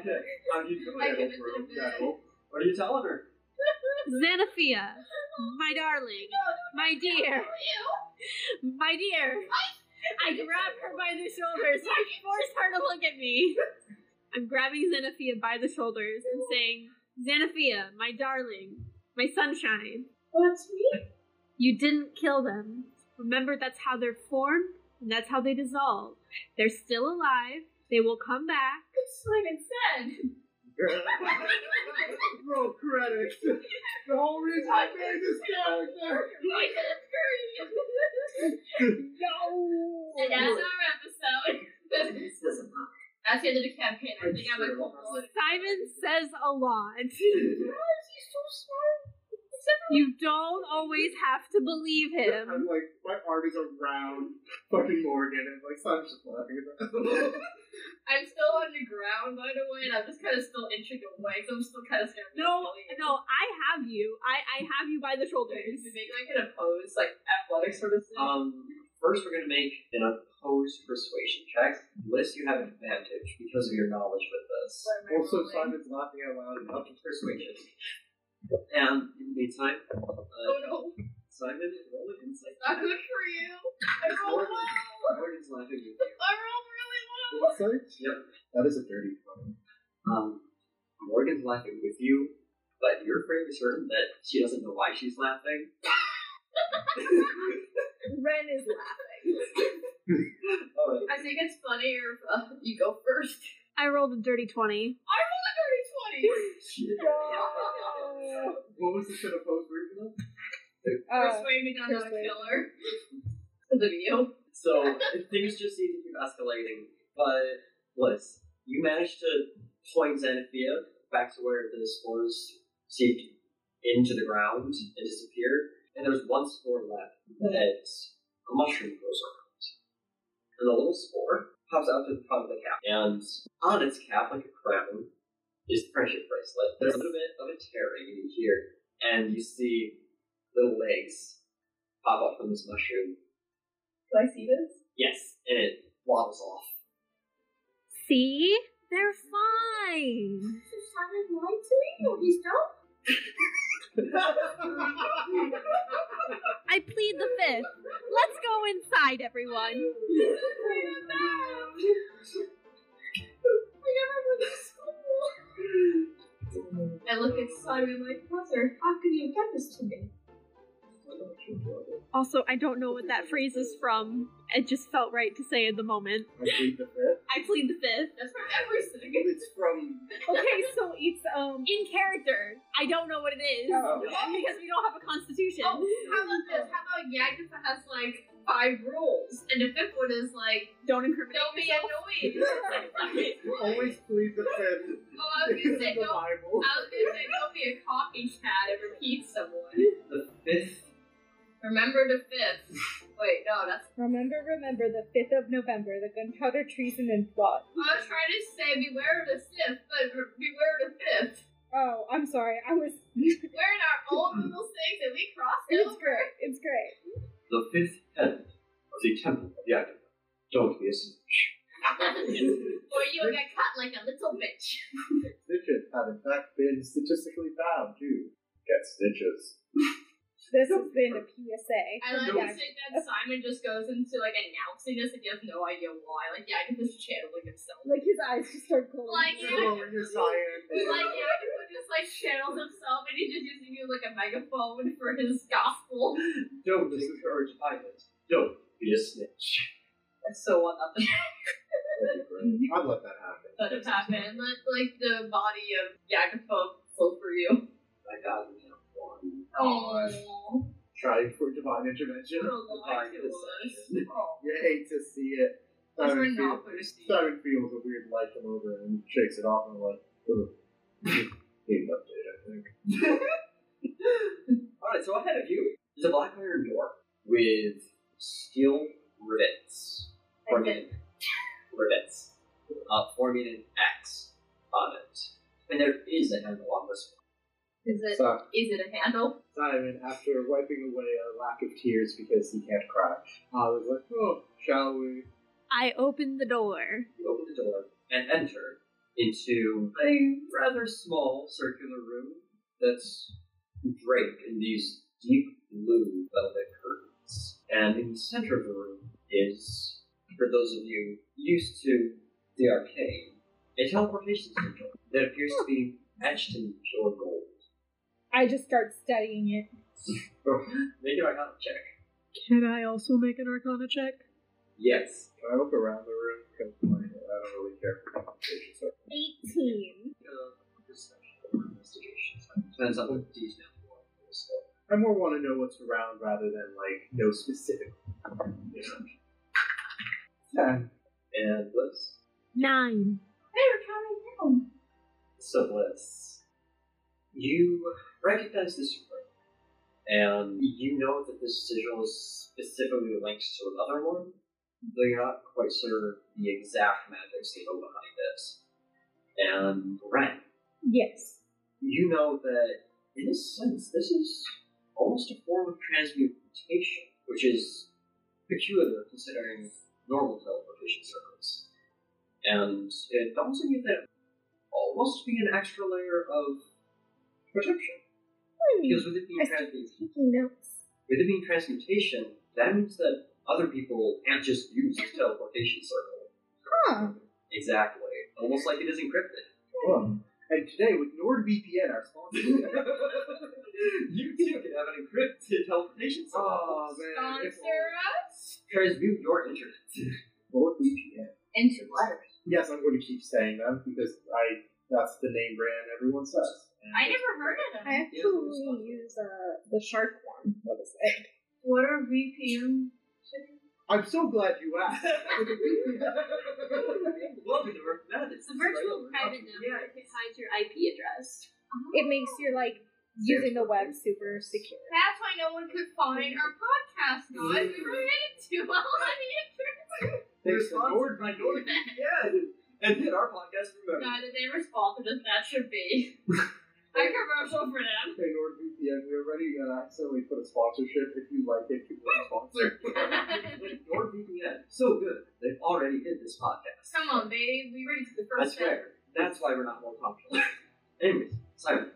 [SPEAKER 7] Okay. How do you do
[SPEAKER 3] I
[SPEAKER 7] that
[SPEAKER 3] give it
[SPEAKER 7] over
[SPEAKER 3] to
[SPEAKER 7] over
[SPEAKER 3] the-
[SPEAKER 7] that hole?
[SPEAKER 2] What are you telling her?
[SPEAKER 8] Xenophia, my darling, my dear, my dear. I grab her by the shoulders. I force her to look at me. *laughs* I'm grabbing Xenophia by the shoulders and saying, Xenophia, my darling, my sunshine,
[SPEAKER 5] That's me.
[SPEAKER 8] you didn't kill them. Remember, that's how they're formed and that's how they dissolve. They're still alive. They will come back.
[SPEAKER 3] Simon said.
[SPEAKER 7] *laughs* Roll credits. The whole reason I made this character.
[SPEAKER 3] And that's our episode.
[SPEAKER 2] This is not
[SPEAKER 3] That's the end of the campaign. I think I'm "Oh, a cold-blooded
[SPEAKER 8] Simon says a lot.
[SPEAKER 3] She's so smart. Except for
[SPEAKER 8] You don't always have to believe him.
[SPEAKER 7] I'm like, my arm is around fucking Morgan, and like, Simon's just laughing at that.
[SPEAKER 3] *laughs* I'm still on the ground, by the way, and I'm just kind of still inching away, so I'm still kind of staring.
[SPEAKER 8] No, no, I have you. I, I have you by the shoulders.
[SPEAKER 3] Is it make like an opposed, like athletics sort of thing?
[SPEAKER 2] Um, first, we're going to make an opposed persuasion check. Unless you have advantage because of your knowledge with this.
[SPEAKER 3] What am I
[SPEAKER 7] also,
[SPEAKER 3] rolling?
[SPEAKER 7] Simon's laughing out loud about his
[SPEAKER 2] Persuasion. And in the meantime, uh,
[SPEAKER 3] Oh no,
[SPEAKER 2] Simon, roll an insight.
[SPEAKER 3] not good for you. I rolled
[SPEAKER 2] Morgan,
[SPEAKER 3] low.
[SPEAKER 2] Morgan's laughing at you.
[SPEAKER 3] I rolled really low.
[SPEAKER 7] insight.
[SPEAKER 2] Yep.
[SPEAKER 7] That is a dirty one.
[SPEAKER 2] Um, Morgan's laughing with you, but you're fairly certain that she doesn't know why she's laughing.
[SPEAKER 7] *laughs*
[SPEAKER 4] Ren is laughing.
[SPEAKER 2] All
[SPEAKER 7] Oh,
[SPEAKER 2] right.
[SPEAKER 3] I think it's funnier if uh, you go first.
[SPEAKER 8] I rolled a dirty 20.
[SPEAKER 3] I rolled a dirty twenty.
[SPEAKER 2] *laughs*
[SPEAKER 7] What was the shit opposed version of?
[SPEAKER 8] Oh.
[SPEAKER 4] Uh,
[SPEAKER 3] Persuade me down to a
[SPEAKER 4] persuade.
[SPEAKER 3] killer. *laughs* Because of you.
[SPEAKER 2] So *laughs* things just seem to keep escalating. But Bliss, you managed to point Xanathia back to where the spores seeped into the ground and disappeared. And there's one spore left that a mushroom grows around. And the little spore pops out to the front of the cap. And on its cap, like a crown, is the friendship bracelet. There's a little bit of a tearing in here. And you see little legs pop up from this mushroom.
[SPEAKER 3] Do I see this?
[SPEAKER 2] Yes, and it wobbles off.
[SPEAKER 8] See? They're fine.
[SPEAKER 3] Is Simon lying to me? Or he's drunk?
[SPEAKER 8] I plead the fifth. Let's go inside, everyone.
[SPEAKER 3] I look at Simon like, brother, how could you get this to me?
[SPEAKER 8] Also, I don't know what that phrase is from. It just felt right to say in the moment.
[SPEAKER 7] I believe the fifth.
[SPEAKER 8] I plead the fifth.
[SPEAKER 3] That's from everything.
[SPEAKER 7] It's from.
[SPEAKER 3] *laughs*
[SPEAKER 4] okay, so it's um.
[SPEAKER 8] In character, I don't know what it is
[SPEAKER 7] Oh.
[SPEAKER 8] because we don't have a constitution.
[SPEAKER 3] Oh, how about *laughs* this? How about Yagdifa has like five rules, and the fifth one is like,
[SPEAKER 8] Don't incriminate
[SPEAKER 3] don't be
[SPEAKER 8] yourself.
[SPEAKER 3] annoying. *laughs*
[SPEAKER 7] Always please the fifth.
[SPEAKER 3] Oh, I was gonna say
[SPEAKER 7] the
[SPEAKER 3] don't.
[SPEAKER 7] Bible.
[SPEAKER 3] I was gonna say don't be a copycat and repeat someone.
[SPEAKER 2] The fifth
[SPEAKER 3] Remember the fifth. Wait, no, that's.
[SPEAKER 4] Remember, remember the fifth of November, the gunpowder treason and plot.
[SPEAKER 3] I was trying to say beware of the fifth, but re- beware of the fifth.
[SPEAKER 4] Oh, I'm sorry. I was. *laughs*
[SPEAKER 3] We're in our *laughs* old little things and we crossed
[SPEAKER 4] It's
[SPEAKER 3] over.
[SPEAKER 4] great. It's great.
[SPEAKER 2] the fifth head of the temple of the Active. Don't be a snitch.
[SPEAKER 3] *laughs* or you'll get cut like a little bitch.
[SPEAKER 7] Snitches have in fact been statistically found to get snitches.
[SPEAKER 4] This has been a PSA.
[SPEAKER 3] I like to
[SPEAKER 4] Yeah.
[SPEAKER 3] think that Simon just goes into like announcing this and you have no idea why. Like yeah, just channeling himself.
[SPEAKER 4] Like his eyes just start glowing.
[SPEAKER 3] Like
[SPEAKER 7] Come
[SPEAKER 3] yeah,
[SPEAKER 7] over here, Cyan.
[SPEAKER 3] like yeah, just like channels himself and he's just using you like a megaphone for his gospel.
[SPEAKER 2] Don't discourage violence. Don't be a snitch.
[SPEAKER 5] That's so what that
[SPEAKER 7] *laughs* I'd let that happen.
[SPEAKER 3] Let it happen. uh, Let like the body of Yagapho flow for you.
[SPEAKER 2] My God, we have one.
[SPEAKER 3] Oh,
[SPEAKER 7] Trying for divine intervention.
[SPEAKER 3] lie to us.
[SPEAKER 7] You hate to see it.
[SPEAKER 3] Those were
[SPEAKER 7] Simon,
[SPEAKER 3] not
[SPEAKER 7] feels,
[SPEAKER 3] for Steve.
[SPEAKER 7] Simon feels a weird light come over and shakes it off and like,
[SPEAKER 2] *laughs*
[SPEAKER 7] ugh. Need an update, I think.
[SPEAKER 2] Alright, so ahead of you is a black iron door with steel rivets. Forming *laughs* rivets. Uh, forming an X on it. And there is a handle on this
[SPEAKER 3] Is it?
[SPEAKER 7] So,
[SPEAKER 3] Is it a handle?
[SPEAKER 7] Simon, after wiping away a lack of tears because he can't cry, I was like, oh, shall we?
[SPEAKER 8] I open the door.
[SPEAKER 2] You open the door and enter into a rather small circular room that's draped in these deep blue velvet curtains. And in the center of the room is, for those of you used to the arcade, a teleportation center that appears to be etched in pure gold.
[SPEAKER 4] I just start studying it.
[SPEAKER 2] Make an arcana check.
[SPEAKER 8] Can I also make an arcana check?
[SPEAKER 2] Yes.
[SPEAKER 7] Can I look around the room? Because like, I don't really care for conversations. So,
[SPEAKER 4] 18.
[SPEAKER 2] Uh, perception or investigation. Depends on what detail you want for this one.
[SPEAKER 7] I more want to know what's around rather than, like, no specific. You know?
[SPEAKER 2] And let's
[SPEAKER 8] Nine.
[SPEAKER 3] They were coming down.
[SPEAKER 2] So Bliss, you recognize this room and you know that this sigil is specifically linked to another one, though you're not quite sure the exact magic sigil behind it. And Ren,
[SPEAKER 4] Yes.
[SPEAKER 2] you know that in a sense this is almost a form of transmutation, which is peculiar considering normal teleportation circles. And it dawns on you that almost be an extra layer of protection.
[SPEAKER 4] I mean,
[SPEAKER 2] Because with it being
[SPEAKER 4] I started
[SPEAKER 2] transmutation
[SPEAKER 4] taking notes.
[SPEAKER 2] with it being transmutation, that means that other people can't just use this teleportation circle.
[SPEAKER 4] Huh.
[SPEAKER 2] Exactly. Almost like it is encrypted.
[SPEAKER 6] Well, and today with NordVPN, our sponsor.
[SPEAKER 2] *laughs* you too can have an encrypted teleportation
[SPEAKER 6] oh
[SPEAKER 2] circle.
[SPEAKER 6] man, it's
[SPEAKER 3] Sponsor us?
[SPEAKER 2] Ah, Transmute your internet.
[SPEAKER 6] NordVPN.
[SPEAKER 5] Into letters.
[SPEAKER 7] Yes, I'm going to keep saying them because I that's the name brand everyone says.
[SPEAKER 3] I never heard of
[SPEAKER 4] I
[SPEAKER 3] them.
[SPEAKER 4] actually use uh, the shark one. What is it?
[SPEAKER 5] What are VPN?
[SPEAKER 6] I'm so glad you asked.
[SPEAKER 2] Welcome to Earth Mad.
[SPEAKER 8] It's a virtual private number. It hides your IP address.
[SPEAKER 4] It makes your like using the web super secure.
[SPEAKER 3] That's why no one could find our podcast on. We were made to all on the internet.
[SPEAKER 2] They're sponsored by *laughs* NordVPN. And then our podcast remember.
[SPEAKER 3] Neither they were sponsored as that should be. A commercial for them.
[SPEAKER 6] Okay, NordVPN, we already uh, accidentally put a sponsorship. If you like it, give us a sponsor.
[SPEAKER 2] NordVPN. So good. They've already hit this podcast.
[SPEAKER 3] Come on, babe. We reached the
[SPEAKER 2] I
[SPEAKER 3] first
[SPEAKER 2] swear,
[SPEAKER 3] step.
[SPEAKER 2] that's why we're not more popular. *laughs* Anyways, Simon,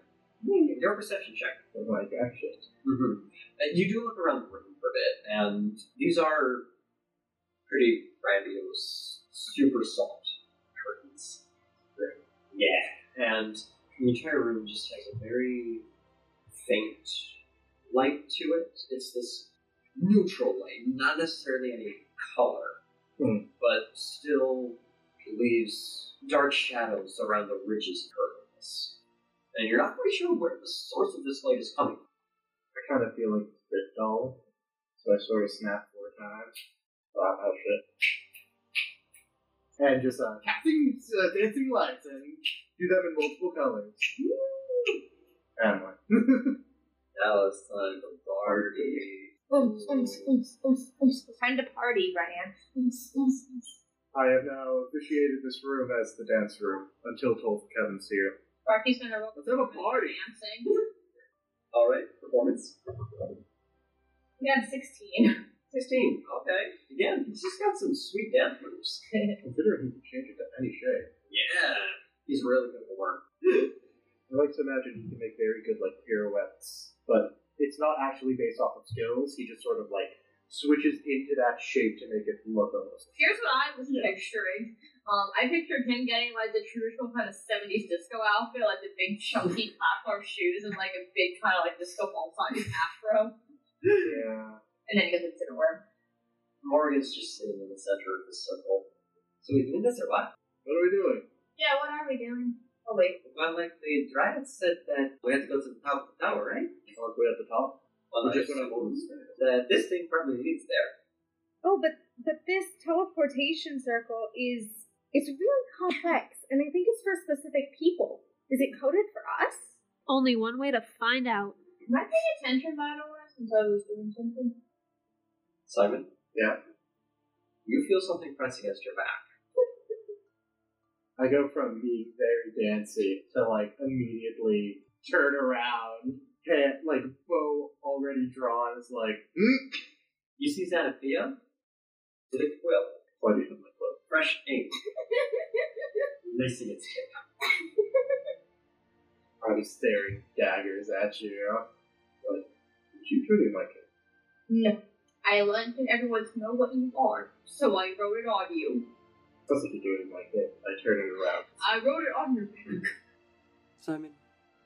[SPEAKER 2] your perception check.
[SPEAKER 6] Oh my gosh.
[SPEAKER 2] Mm-hmm. And you do look around the room for a bit, and these are pretty grandiose, super soft curtains. Yeah. And the entire room just has a very faint light to it. It's this neutral light, not necessarily any color,
[SPEAKER 7] Hmm.
[SPEAKER 2] but still leaves dark shadows around the ridges of curtains. And you're not quite sure where the source of this light is coming
[SPEAKER 7] I kind of feel like it's a bit dull, so I sort of snap four times. Wow, oh shit.
[SPEAKER 6] And just uh, casting uh, dancing lights and do them in multiple colors.
[SPEAKER 7] And
[SPEAKER 6] *laughs*
[SPEAKER 7] I'm like,
[SPEAKER 2] Now it's time to party.
[SPEAKER 4] Oomph, oomph, oomph, oomph, oomph.
[SPEAKER 5] Time to party, Ryan.
[SPEAKER 7] I have now officiated this room as the dance room until told Kevin's here.
[SPEAKER 5] Rocky's gonna roll.
[SPEAKER 6] Let's have a party.
[SPEAKER 5] Dancing.
[SPEAKER 2] All right, performance.
[SPEAKER 5] We got 16.
[SPEAKER 2] Sixteen. Okay. Again, he's just got some sweet dance moves. *laughs*
[SPEAKER 7] Considering he can change it to any shape,
[SPEAKER 2] Yeah. He's really good at work.
[SPEAKER 7] I like to imagine he can make very good like pirouettes, but it's not actually based off of skills. He just sort of like switches into that shape to make it look almost.
[SPEAKER 3] Here's what I was picturing. Um, I pictured him getting like the traditional kind of 70s disco outfit, like the big chunky platform shoes and like a big kind of like disco ball on his *laughs* afro.
[SPEAKER 7] Yeah.
[SPEAKER 3] And then he goes into the worm.
[SPEAKER 2] Morgan's just sitting in the center of the circle. So we doing this or what?
[SPEAKER 7] What are we doing?
[SPEAKER 3] Yeah, what are we doing? Oh wait.
[SPEAKER 2] Well, like the dryad said that we had to go to the top of the tower, right?
[SPEAKER 7] Aren't we at the top?
[SPEAKER 2] Well, I
[SPEAKER 7] Which is what I'm
[SPEAKER 2] suppose that this thing probably leads there.
[SPEAKER 4] Oh, but but this teleportation circle is it's really complex, and I think it's for specific people. Is it coded for us?
[SPEAKER 8] Only one way to find out.
[SPEAKER 5] Am I paying attention, by the way, since I was doing something?
[SPEAKER 2] Simon.
[SPEAKER 7] Yeah.
[SPEAKER 2] You feel something press against your back.
[SPEAKER 7] I go from being very dancy to like immediately turn around, hand, like bow already drawn is like
[SPEAKER 2] You see Xanathia with a quill,
[SPEAKER 7] what is it, like what?
[SPEAKER 2] fresh ink, lacing its tip.
[SPEAKER 7] *laughs* I'm staring daggers at you. Like, did you truly like it?
[SPEAKER 5] No.
[SPEAKER 3] *laughs* I wanted everyone to know what you are, so I wrote it on you.
[SPEAKER 7] Doesn't you do it like it? I turn it around.
[SPEAKER 3] I wrote it on your back.
[SPEAKER 1] Simon,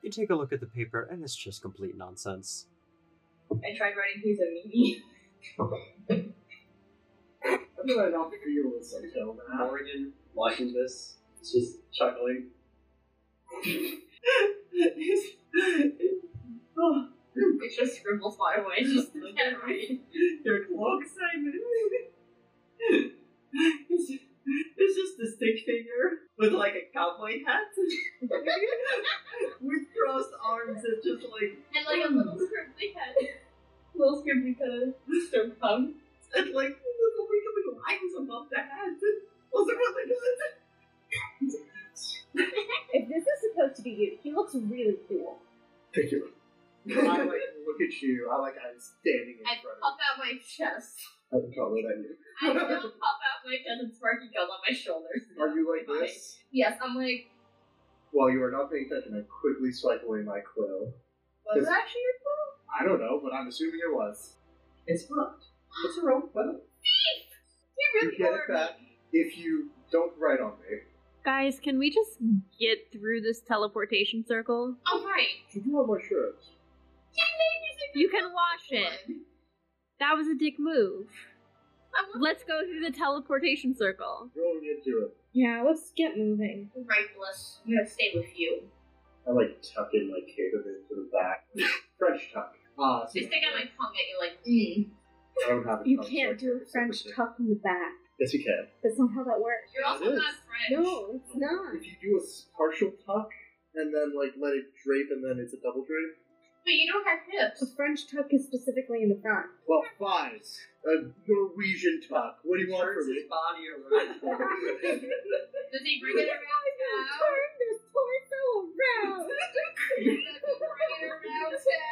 [SPEAKER 1] you take a look at the paper and it's just complete nonsense.
[SPEAKER 5] I tried writing he's a meanie.
[SPEAKER 7] I feel like I don't feel this until now.
[SPEAKER 2] Morgan watching this is just chuckling. oh,
[SPEAKER 3] It just scribbles far away. *laughs* It's just
[SPEAKER 2] *laughs*
[SPEAKER 3] the *laughs* memory.
[SPEAKER 2] your cloak, Simon. *laughs* it's, it's just a stick figure with like a cowboy hat *laughs* with crossed arms and just like
[SPEAKER 3] And like a little scribbly head.
[SPEAKER 5] um, and like, there's a little bit of lines above the head.
[SPEAKER 2] *laughs*
[SPEAKER 5] Was it really good?
[SPEAKER 4] If this is supposed to be you, he looks really cool.
[SPEAKER 7] Pick you up. *laughs* I like look at you. I like I'm standing in
[SPEAKER 3] I
[SPEAKER 7] front of
[SPEAKER 3] pop out my chest.
[SPEAKER 7] you. I'm taller than you.
[SPEAKER 3] *laughs* I don't pop out my chest and Sparky goes on my shoulders.
[SPEAKER 7] *laughs* Are you like
[SPEAKER 3] Fine.
[SPEAKER 7] this?
[SPEAKER 3] Yes, I'm like,
[SPEAKER 7] While you are not paying attention, I quickly swipe away my quill.
[SPEAKER 5] Was it actually your fault?
[SPEAKER 7] I don't know, but I'm assuming it was.
[SPEAKER 2] It's not. What's a rope quill?
[SPEAKER 3] you
[SPEAKER 7] You
[SPEAKER 3] really
[SPEAKER 7] get
[SPEAKER 3] are.
[SPEAKER 7] it back if you don't write on me.
[SPEAKER 8] Guys, can we just get through this teleportation circle?
[SPEAKER 3] Oh, right.
[SPEAKER 7] You do have my shirt.
[SPEAKER 8] You can wash it. That was a dick move. Let's go through the teleportation circle.
[SPEAKER 7] Rolling into it.
[SPEAKER 4] Yeah, let's get moving.
[SPEAKER 3] Right, Bliss. I'm gonna stay with you.
[SPEAKER 7] I like tuck in my cape a bit to the back. *laughs* French tuck. Ah,
[SPEAKER 3] I stick out my tongue at you, like, mm.
[SPEAKER 7] I don't have a
[SPEAKER 4] You
[SPEAKER 3] Oh,
[SPEAKER 7] tuck, so I
[SPEAKER 4] can't do a
[SPEAKER 7] *laughs*
[SPEAKER 4] French tuck in the back.
[SPEAKER 7] Yes, you can.
[SPEAKER 4] That's not how that works.
[SPEAKER 3] You're also
[SPEAKER 7] It is.
[SPEAKER 3] not French.
[SPEAKER 4] No, it's not.
[SPEAKER 7] If you do a s- partial tuck and then like let it drape and then it's a double drape.
[SPEAKER 3] But you don't have
[SPEAKER 4] A
[SPEAKER 3] hips.
[SPEAKER 4] French tuck is specifically in the front.
[SPEAKER 7] Well, fives. A Norwegian tuck. What do you want
[SPEAKER 2] Turns
[SPEAKER 7] from
[SPEAKER 2] his
[SPEAKER 7] me?
[SPEAKER 2] body *laughs* around.
[SPEAKER 3] Does he bring
[SPEAKER 4] *laughs*
[SPEAKER 3] it around town?
[SPEAKER 4] Turn this torso
[SPEAKER 3] *laughs*
[SPEAKER 4] around.
[SPEAKER 3] bring it around town?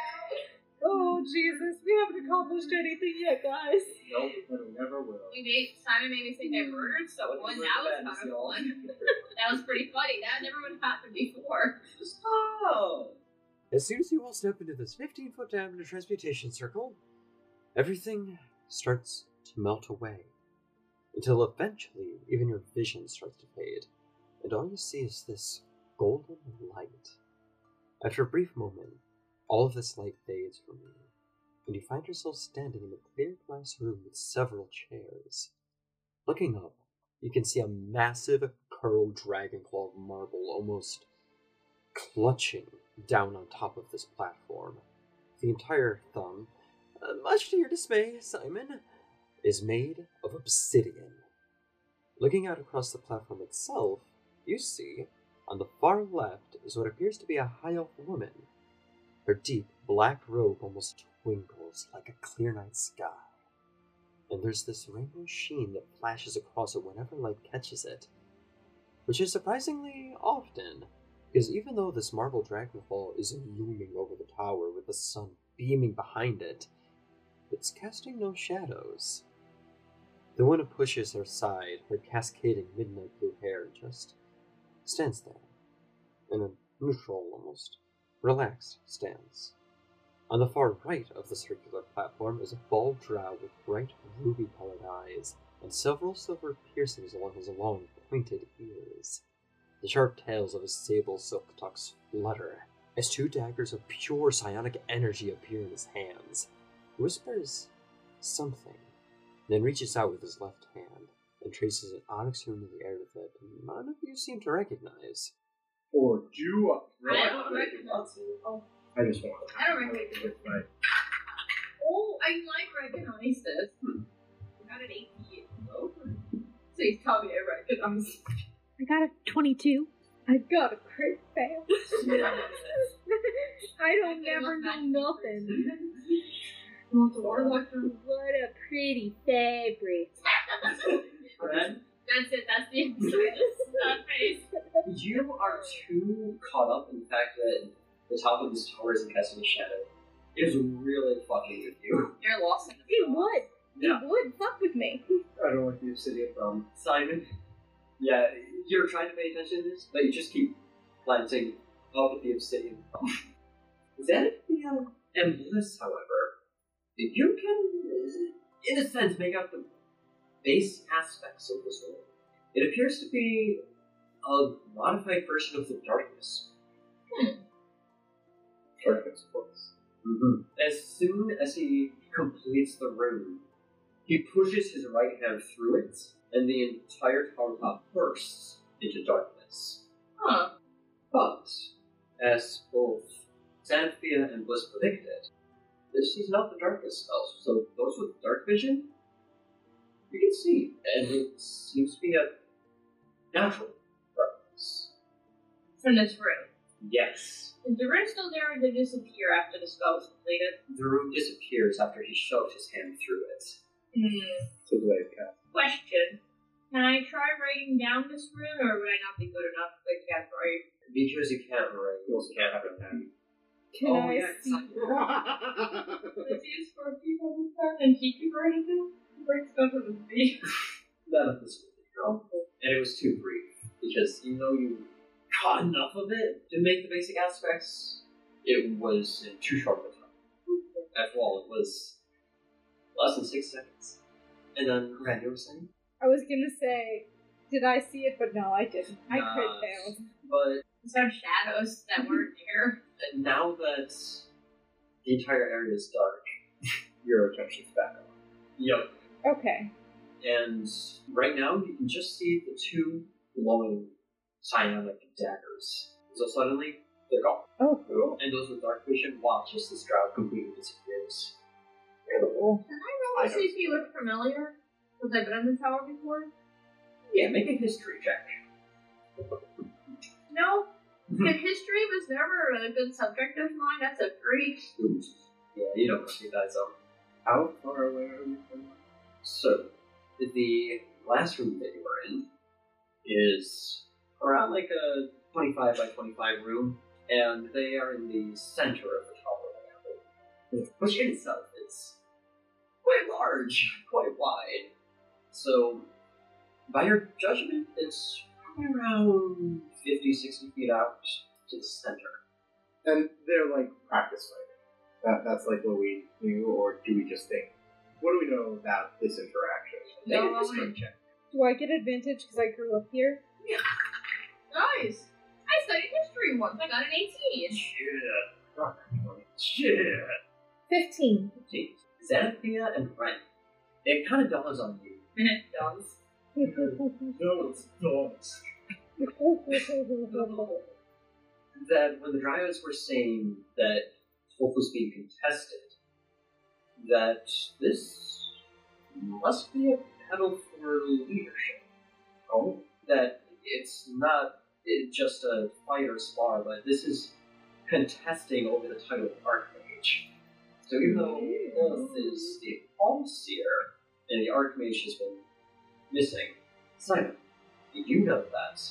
[SPEAKER 4] oh Jesus, we haven't accomplished anything yet, guys.
[SPEAKER 7] *laughs* Nope, and it never will.
[SPEAKER 3] We made Simon made me think I murdered someone. That was kind of fun. *laughs* That was pretty funny. That never would have happened before.
[SPEAKER 2] Oh.
[SPEAKER 1] As soon as you all step into this 15 foot diameter transmutation circle, everything starts to melt away. Until eventually, even your vision starts to fade, and all you see is this golden light. After a brief moment, all of this light fades from you, and you find yourself standing in a clear glass room with several chairs. Looking up, you can see a massive curled dragon claw of marble almost clutching down on top of this platform. The entire thumb, uh, much to your dismay, Simon, is made of obsidian. Looking out across the platform itself, you see, on the far left, is what appears to be a high elf woman. Her deep black robe almost twinkles like a clear night sky. And there's this rainbow sheen that flashes across it whenever light catches it, which is surprisingly often. Because even though this marble dragonfall is looming over the tower with the sun beaming behind it, it's casting no shadows. The one who pushes her aside, her cascading midnight blue hair just stands there, in a neutral, almost relaxed stance. On the far right of the circular platform is a bald drow with bright ruby colored eyes and several silver piercings along his long, pointed ears. The sharp tails of his sable silk tucks flutter as two daggers of pure psionic energy appear in his hands. He whispers something, then reaches out with his left hand and traces an onyx rune in the air that none of you seem to recognize.
[SPEAKER 7] Or do I?
[SPEAKER 3] I don't recognize
[SPEAKER 7] I just want.
[SPEAKER 3] I don't recognize
[SPEAKER 7] to get my-
[SPEAKER 3] Oh, I like recognize this. Hmm. I got an 18. Oh. So he's telling me I
[SPEAKER 4] *laughs*
[SPEAKER 3] recognize.
[SPEAKER 8] I got a 22.
[SPEAKER 4] I got a crit fail. *laughs* I don't
[SPEAKER 3] Okay,
[SPEAKER 4] never
[SPEAKER 3] look
[SPEAKER 4] know
[SPEAKER 3] back.
[SPEAKER 4] nothing.
[SPEAKER 3] Warlock.
[SPEAKER 4] What a pretty fabric.
[SPEAKER 2] Ren,
[SPEAKER 3] That's it. That's the answer.
[SPEAKER 4] *laughs*
[SPEAKER 3] This is not face.
[SPEAKER 2] you are too caught up in the fact that the top of this tower is casting a shadow. It is really fucking with you.
[SPEAKER 3] You're lost in the
[SPEAKER 4] He
[SPEAKER 3] sauce.
[SPEAKER 4] would. He
[SPEAKER 2] Yeah.
[SPEAKER 4] would fuck with me.
[SPEAKER 7] I don't like the obsidian thumb.
[SPEAKER 2] Simon, yeah, you're trying to pay attention to this, but you just keep glancing up at the obsidian. *laughs* Zenithia and Bliss, however, you can, in a sense, make out the base aspects of this world. It appears to be a modified version of the darkness.
[SPEAKER 7] Perfect voice.
[SPEAKER 2] Mm-hmm. As soon as he completes the room, he pushes his right hand through it, and the entire tower top bursts into darkness.
[SPEAKER 3] Huh.
[SPEAKER 2] But, as both Xanthia and Bliss predicted, this is not the darkest spell, so those with dark vision, you can see, and it seems to be a natural darkness.
[SPEAKER 3] From this room.
[SPEAKER 2] Yes.
[SPEAKER 3] Is the room still there or did it disappear after the spell was completed?
[SPEAKER 2] The room disappears after he shoved his hand through it.
[SPEAKER 5] Hmm.
[SPEAKER 7] So do I cast?
[SPEAKER 5] Question. Can I try writing down this rune, or would I not be good enough to cast
[SPEAKER 3] *laughs*
[SPEAKER 5] write?
[SPEAKER 2] Because you can't write.
[SPEAKER 7] You also can't have an attack.
[SPEAKER 4] Can
[SPEAKER 2] oh,
[SPEAKER 4] I
[SPEAKER 2] yeah, it's
[SPEAKER 4] see?
[SPEAKER 2] not-
[SPEAKER 7] *laughs*
[SPEAKER 5] It's used for people who can, and he can write it down. He writes stuff on his feet.
[SPEAKER 2] None of this was And it was too brief. Because even though you caught enough of it to make the basic aspects, it was in too short of a time. After all, it was less than six seconds. And then, Ren, you were saying?
[SPEAKER 4] I was gonna say, did I see it? But no, I didn't. I
[SPEAKER 2] Nah.
[SPEAKER 4] could fail.
[SPEAKER 2] But
[SPEAKER 3] These are shadows that *laughs* weren't here.
[SPEAKER 2] now that the entire area is dark, *laughs*
[SPEAKER 7] Your attention's back on.
[SPEAKER 2] yep,
[SPEAKER 4] Okay.
[SPEAKER 2] And right now, you can just see the two glowing psionic daggers. So suddenly, they're gone.
[SPEAKER 4] Oh, cool.
[SPEAKER 2] And those with dark vision watch as this cloud completely disappears.
[SPEAKER 4] Cool.
[SPEAKER 3] Can I roll
[SPEAKER 2] I
[SPEAKER 3] to see if he looked familiar? Because I've been in the tower before.
[SPEAKER 2] Yeah, make a history check.
[SPEAKER 3] No, *laughs* but history was never a good subject of mine. That's a three.
[SPEAKER 2] Yeah, you don't recognize them.
[SPEAKER 7] How far away are we from?
[SPEAKER 2] So, the last room that you were in is around like a 25 by 25 room, and they are in the center of the tower, layout, which in itself is quite large, quite wide. So, by your judgment, it's probably around 50, 60 feet out to the center.
[SPEAKER 7] And they're like practice fighting. That, that's like what we knew, or do we just think? What do we know about this interaction?
[SPEAKER 2] Make
[SPEAKER 3] No,
[SPEAKER 2] a
[SPEAKER 3] I
[SPEAKER 2] history
[SPEAKER 3] wouldn't.
[SPEAKER 2] check.
[SPEAKER 4] Do I get advantage because I grew up here?
[SPEAKER 3] Nice. I studied history once. I got an 18.
[SPEAKER 2] Shit.
[SPEAKER 4] Fifteen. *laughs*
[SPEAKER 2] Jeez. Xanathia and Ren. It kind of dollars on you.
[SPEAKER 5] it does.
[SPEAKER 7] No, it's not.
[SPEAKER 2] that when the Dryads were saying that Hope was being contested, that this must be a battle for leadership. Oh? That it's not eh, just a fight or spar, but this is contesting over the title of Archmage. So even though Ulf is the Palm Seer and the Archmage has been missing, Simon, you know that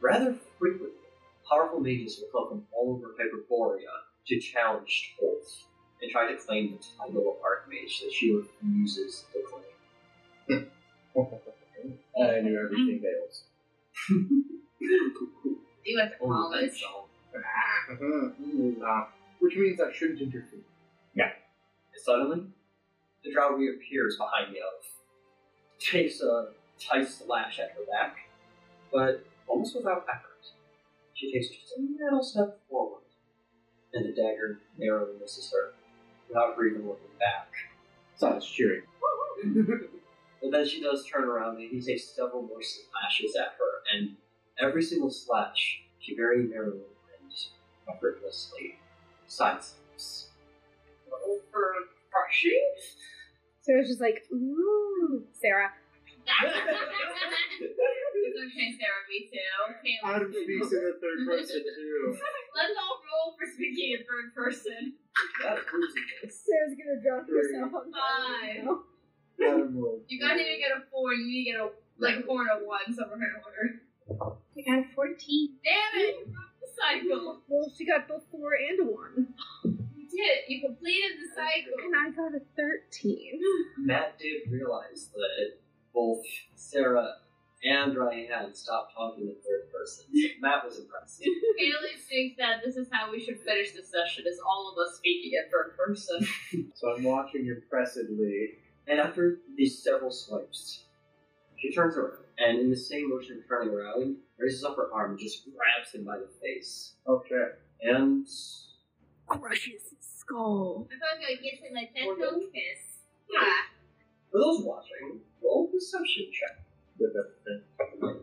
[SPEAKER 2] rather frequently powerful mages will come from all over Hyperborea to challenge Tolth and try to claim the title of Archmage that she refuses to claim.
[SPEAKER 7] I knew everything fails.
[SPEAKER 3] You went to
[SPEAKER 2] Oh,
[SPEAKER 3] college.
[SPEAKER 7] Ah, uh-huh, Which means I shouldn't interfere.
[SPEAKER 2] And suddenly, the drow reappears behind the elf, takes a tight slash at her back, but almost without effort, she takes just a little step forward, and the dagger narrowly misses her, without her even looking back.
[SPEAKER 7] Silas cheering.
[SPEAKER 2] But then she does turn around and he takes several more slashes at her, and every single slash she very narrowly and effortlessly sidesteps.
[SPEAKER 5] For crushing?
[SPEAKER 4] Sarah's just like, ooh, Sarah.
[SPEAKER 3] *laughs* it's okay, Sarah. Me too. Okay,
[SPEAKER 7] Adam speaks in the third person too.
[SPEAKER 3] let's all roll for speaking in third person.
[SPEAKER 2] *laughs* That proves it.
[SPEAKER 4] Sarah's gonna drop herself on
[SPEAKER 3] Five.
[SPEAKER 4] fire.
[SPEAKER 7] Adam will.
[SPEAKER 3] You guys need to get a four. You need to get a like four and a one somewhere in order.
[SPEAKER 8] I got a 14.
[SPEAKER 3] Damn it! You broke the cycle.
[SPEAKER 4] Well, she got both four and a one.
[SPEAKER 3] You did it. You completed the cycle.
[SPEAKER 4] And I got a thirteen.
[SPEAKER 2] Matt did realize that both Sarah and Ryan had stopped talking in third person, so Matt was impressed.
[SPEAKER 3] Haley thinks that this is how we should finish this session: is all of us speaking in third person.
[SPEAKER 7] So I'm watching impressively.
[SPEAKER 2] And after these several swipes, she turns around and, in the same motion of turning around, raises up her arm and just grabs him by the face.
[SPEAKER 7] Okay.
[SPEAKER 2] And
[SPEAKER 8] Crushes his skull.
[SPEAKER 3] I thought I was gonna get to my
[SPEAKER 2] dental
[SPEAKER 3] kiss. Yeah.
[SPEAKER 2] for those watching, roll perception check.
[SPEAKER 7] With everything.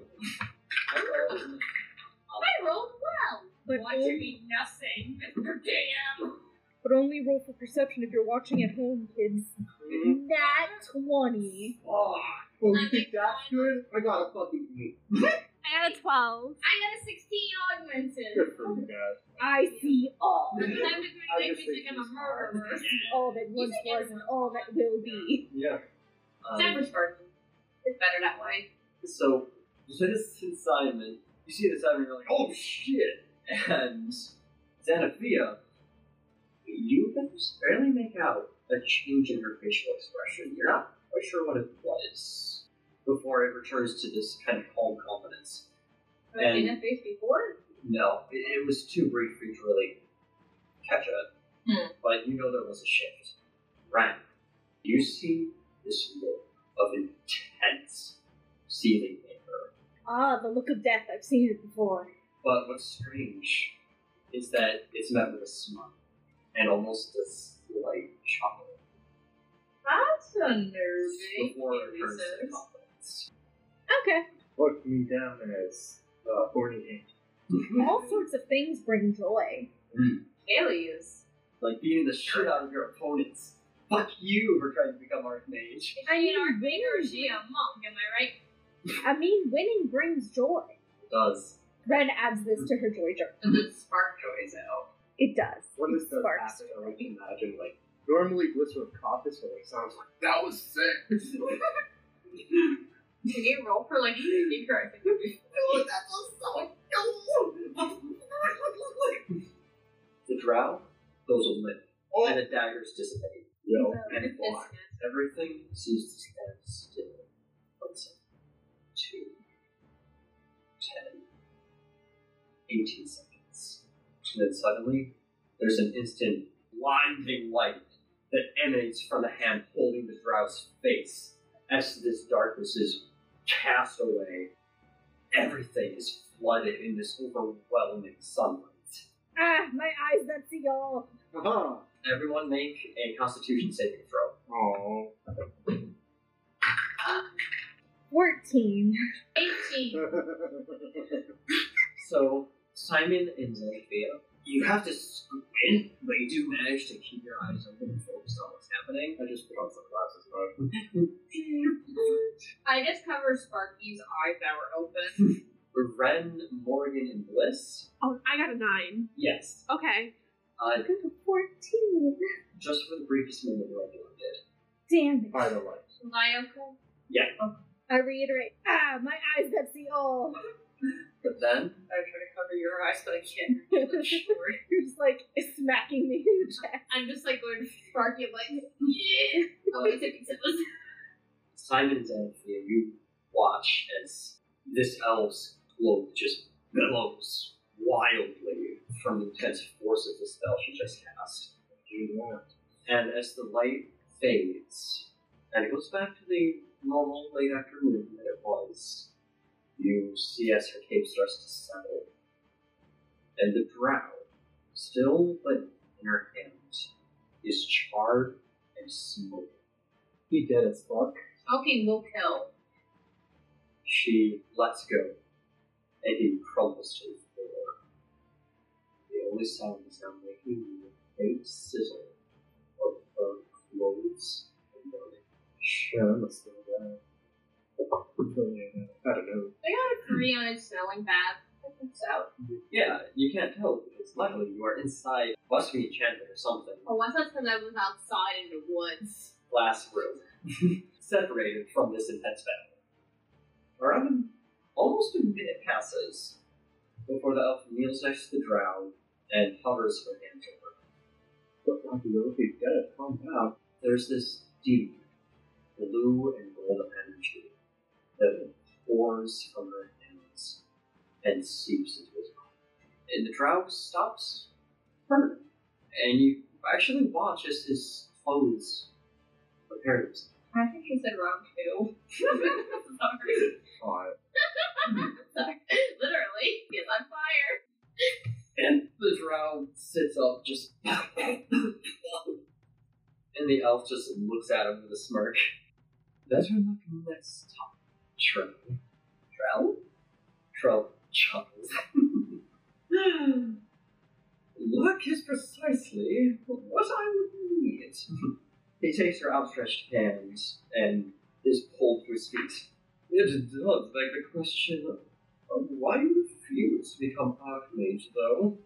[SPEAKER 3] Oh, I rolled well.
[SPEAKER 4] But,
[SPEAKER 3] Watching me nothing, Mr. DM.
[SPEAKER 4] but only roll for perception if you're watching at home, kids. That twenty.
[SPEAKER 7] Mm-hmm. Oh, well, you think that's good? I got a fucking eight.
[SPEAKER 8] I got a 12.
[SPEAKER 3] I got a 16 augmented.
[SPEAKER 7] Good for you guys.
[SPEAKER 4] I see all.
[SPEAKER 3] That's what I'm
[SPEAKER 7] I
[SPEAKER 3] doing.
[SPEAKER 7] just
[SPEAKER 3] They think
[SPEAKER 7] think
[SPEAKER 3] I'm a
[SPEAKER 7] he's hard.
[SPEAKER 3] murderer.
[SPEAKER 4] All that once was and all that will be.
[SPEAKER 7] Yeah.
[SPEAKER 2] Um,
[SPEAKER 3] Never sparkling. It's better that way.
[SPEAKER 2] So, so this assignment, you see this assignment, you're like, oh shit! And Xanathia, you can barely make out a change in her facial expression. You're not quite sure what it was before it returns to this kind of calm confidence.
[SPEAKER 3] Have I seen
[SPEAKER 2] And-
[SPEAKER 3] that face before?
[SPEAKER 2] No, it, it was too brief for you to really catch up.
[SPEAKER 3] Hmm.
[SPEAKER 2] But you know there was a shift. Right. You see this look of intense seething in her.
[SPEAKER 4] Ah, the look of death. I've seen it before.
[SPEAKER 2] But what's strange is that it's met with a smile and almost a slight chuckle
[SPEAKER 3] That's unnerving.
[SPEAKER 2] before it
[SPEAKER 3] he
[SPEAKER 2] turns to
[SPEAKER 3] says.
[SPEAKER 2] confidence.
[SPEAKER 4] Okay.
[SPEAKER 7] Look me down as uh, forty-eight.
[SPEAKER 4] All sorts of things bring joy.
[SPEAKER 3] Haley is.
[SPEAKER 2] like beating the shit out of your opponents. Fuck you for trying to become Archmage.
[SPEAKER 3] Is she an archmage or is she a monk? Am I right?
[SPEAKER 4] I mean, winning brings joy.
[SPEAKER 2] It does.
[SPEAKER 4] Ren adds this to her joy journal.
[SPEAKER 3] Does it spark joys out?
[SPEAKER 4] It does.
[SPEAKER 7] When this
[SPEAKER 4] It
[SPEAKER 7] does
[SPEAKER 4] sparks
[SPEAKER 7] happen, I like to imagine like normally Glycerin caught this one. It sounds like that was sick.
[SPEAKER 3] Can you roll for like *laughs* speaker? I think would be.
[SPEAKER 7] Oh,
[SPEAKER 2] The drow goes a limp, and the daggers dissipate.
[SPEAKER 7] Yo,
[SPEAKER 2] And it flies. Everything seems to stand still. One second. Two. Ten. Eighteen seconds. And then suddenly, there's an instant blinding light that emanates from the hand holding the drow's face. As this darkness is cast away, everything is flooded in this overwhelming sunlight.
[SPEAKER 4] Ah, my eyes not see y'all.
[SPEAKER 6] Haha.
[SPEAKER 7] Uh-huh.
[SPEAKER 2] Everyone make a constitution saving throw.
[SPEAKER 7] Aww.
[SPEAKER 4] 14.
[SPEAKER 3] 18.
[SPEAKER 2] So, Simon and Xanthia, you have to squint, but you do manage to keep your eyes open and focused on what's happening.
[SPEAKER 7] I just put on sunglasses, but
[SPEAKER 3] I just covered Sparky's eyes that were open.
[SPEAKER 2] Ren, Morgan, and Bliss?
[SPEAKER 8] Oh, I got a nine.
[SPEAKER 2] Yes.
[SPEAKER 8] Okay.
[SPEAKER 2] Uh,
[SPEAKER 4] I got a 14.
[SPEAKER 2] just for the briefest moment, Regular did.
[SPEAKER 4] Damn it.
[SPEAKER 7] *laughs* I don't like.
[SPEAKER 3] Lyoko.
[SPEAKER 4] I reiterate. Ah, my eyes not see all. *laughs*
[SPEAKER 2] But then,
[SPEAKER 5] I try to cover your eyes, but I can't reach
[SPEAKER 2] *laughs*
[SPEAKER 5] the short.
[SPEAKER 4] You're just like smacking me in the chest.
[SPEAKER 3] I'm just like going to *laughs* Sparky. I'm like, yeah. Oh, wait, it's a it's a-
[SPEAKER 2] Simon and Xanthia, you watch as this elf's globe just billows wildly from the intense force of the spell she just cast.
[SPEAKER 7] You want?
[SPEAKER 2] And as the light fades, and it goes back to the normal late afternoon that it was, you see as her cape starts to settle, and the drow, still lit in her hand, is charred and smoking.
[SPEAKER 7] He dead as fuck.
[SPEAKER 3] Smoking will kill.
[SPEAKER 2] She lets go, and he crumbles to the floor. The only sound is now making the faint sizzle of her clothes and burning.
[SPEAKER 7] Yeah, that must have been bad. I don't know.
[SPEAKER 3] I got a three on it smelling bad. That works out.
[SPEAKER 2] Yeah, you can't tell because luckily you are inside. Must be enchanted or something.
[SPEAKER 3] Oh, I thought that I was outside in the woods.
[SPEAKER 2] Glass room, *laughs* separated from this intense battle. Around almost a minute passes before the elf kneels next to the drow and hovers her hand to her.
[SPEAKER 7] But like you know, he's dead. Calm down.
[SPEAKER 2] There's this deep blue and golden energy that pours from her hands and seeps into his body. And the drow stops permanently. And you actually watch as his clothes repair themselves.
[SPEAKER 3] I think he said round two. *laughs* Sorry.
[SPEAKER 7] Alright.
[SPEAKER 3] Sorry. Literally, he's on fire.
[SPEAKER 2] And the drow sits up, just. *coughs* and the elf just looks at him with a smirk. Better luck next time, Trell. Trell? Trell chuckles. *laughs* Luck is precisely what I would need. he takes her outstretched hand and is pulled to his feet. It does beg the question of why you refuse to become Archmage, though.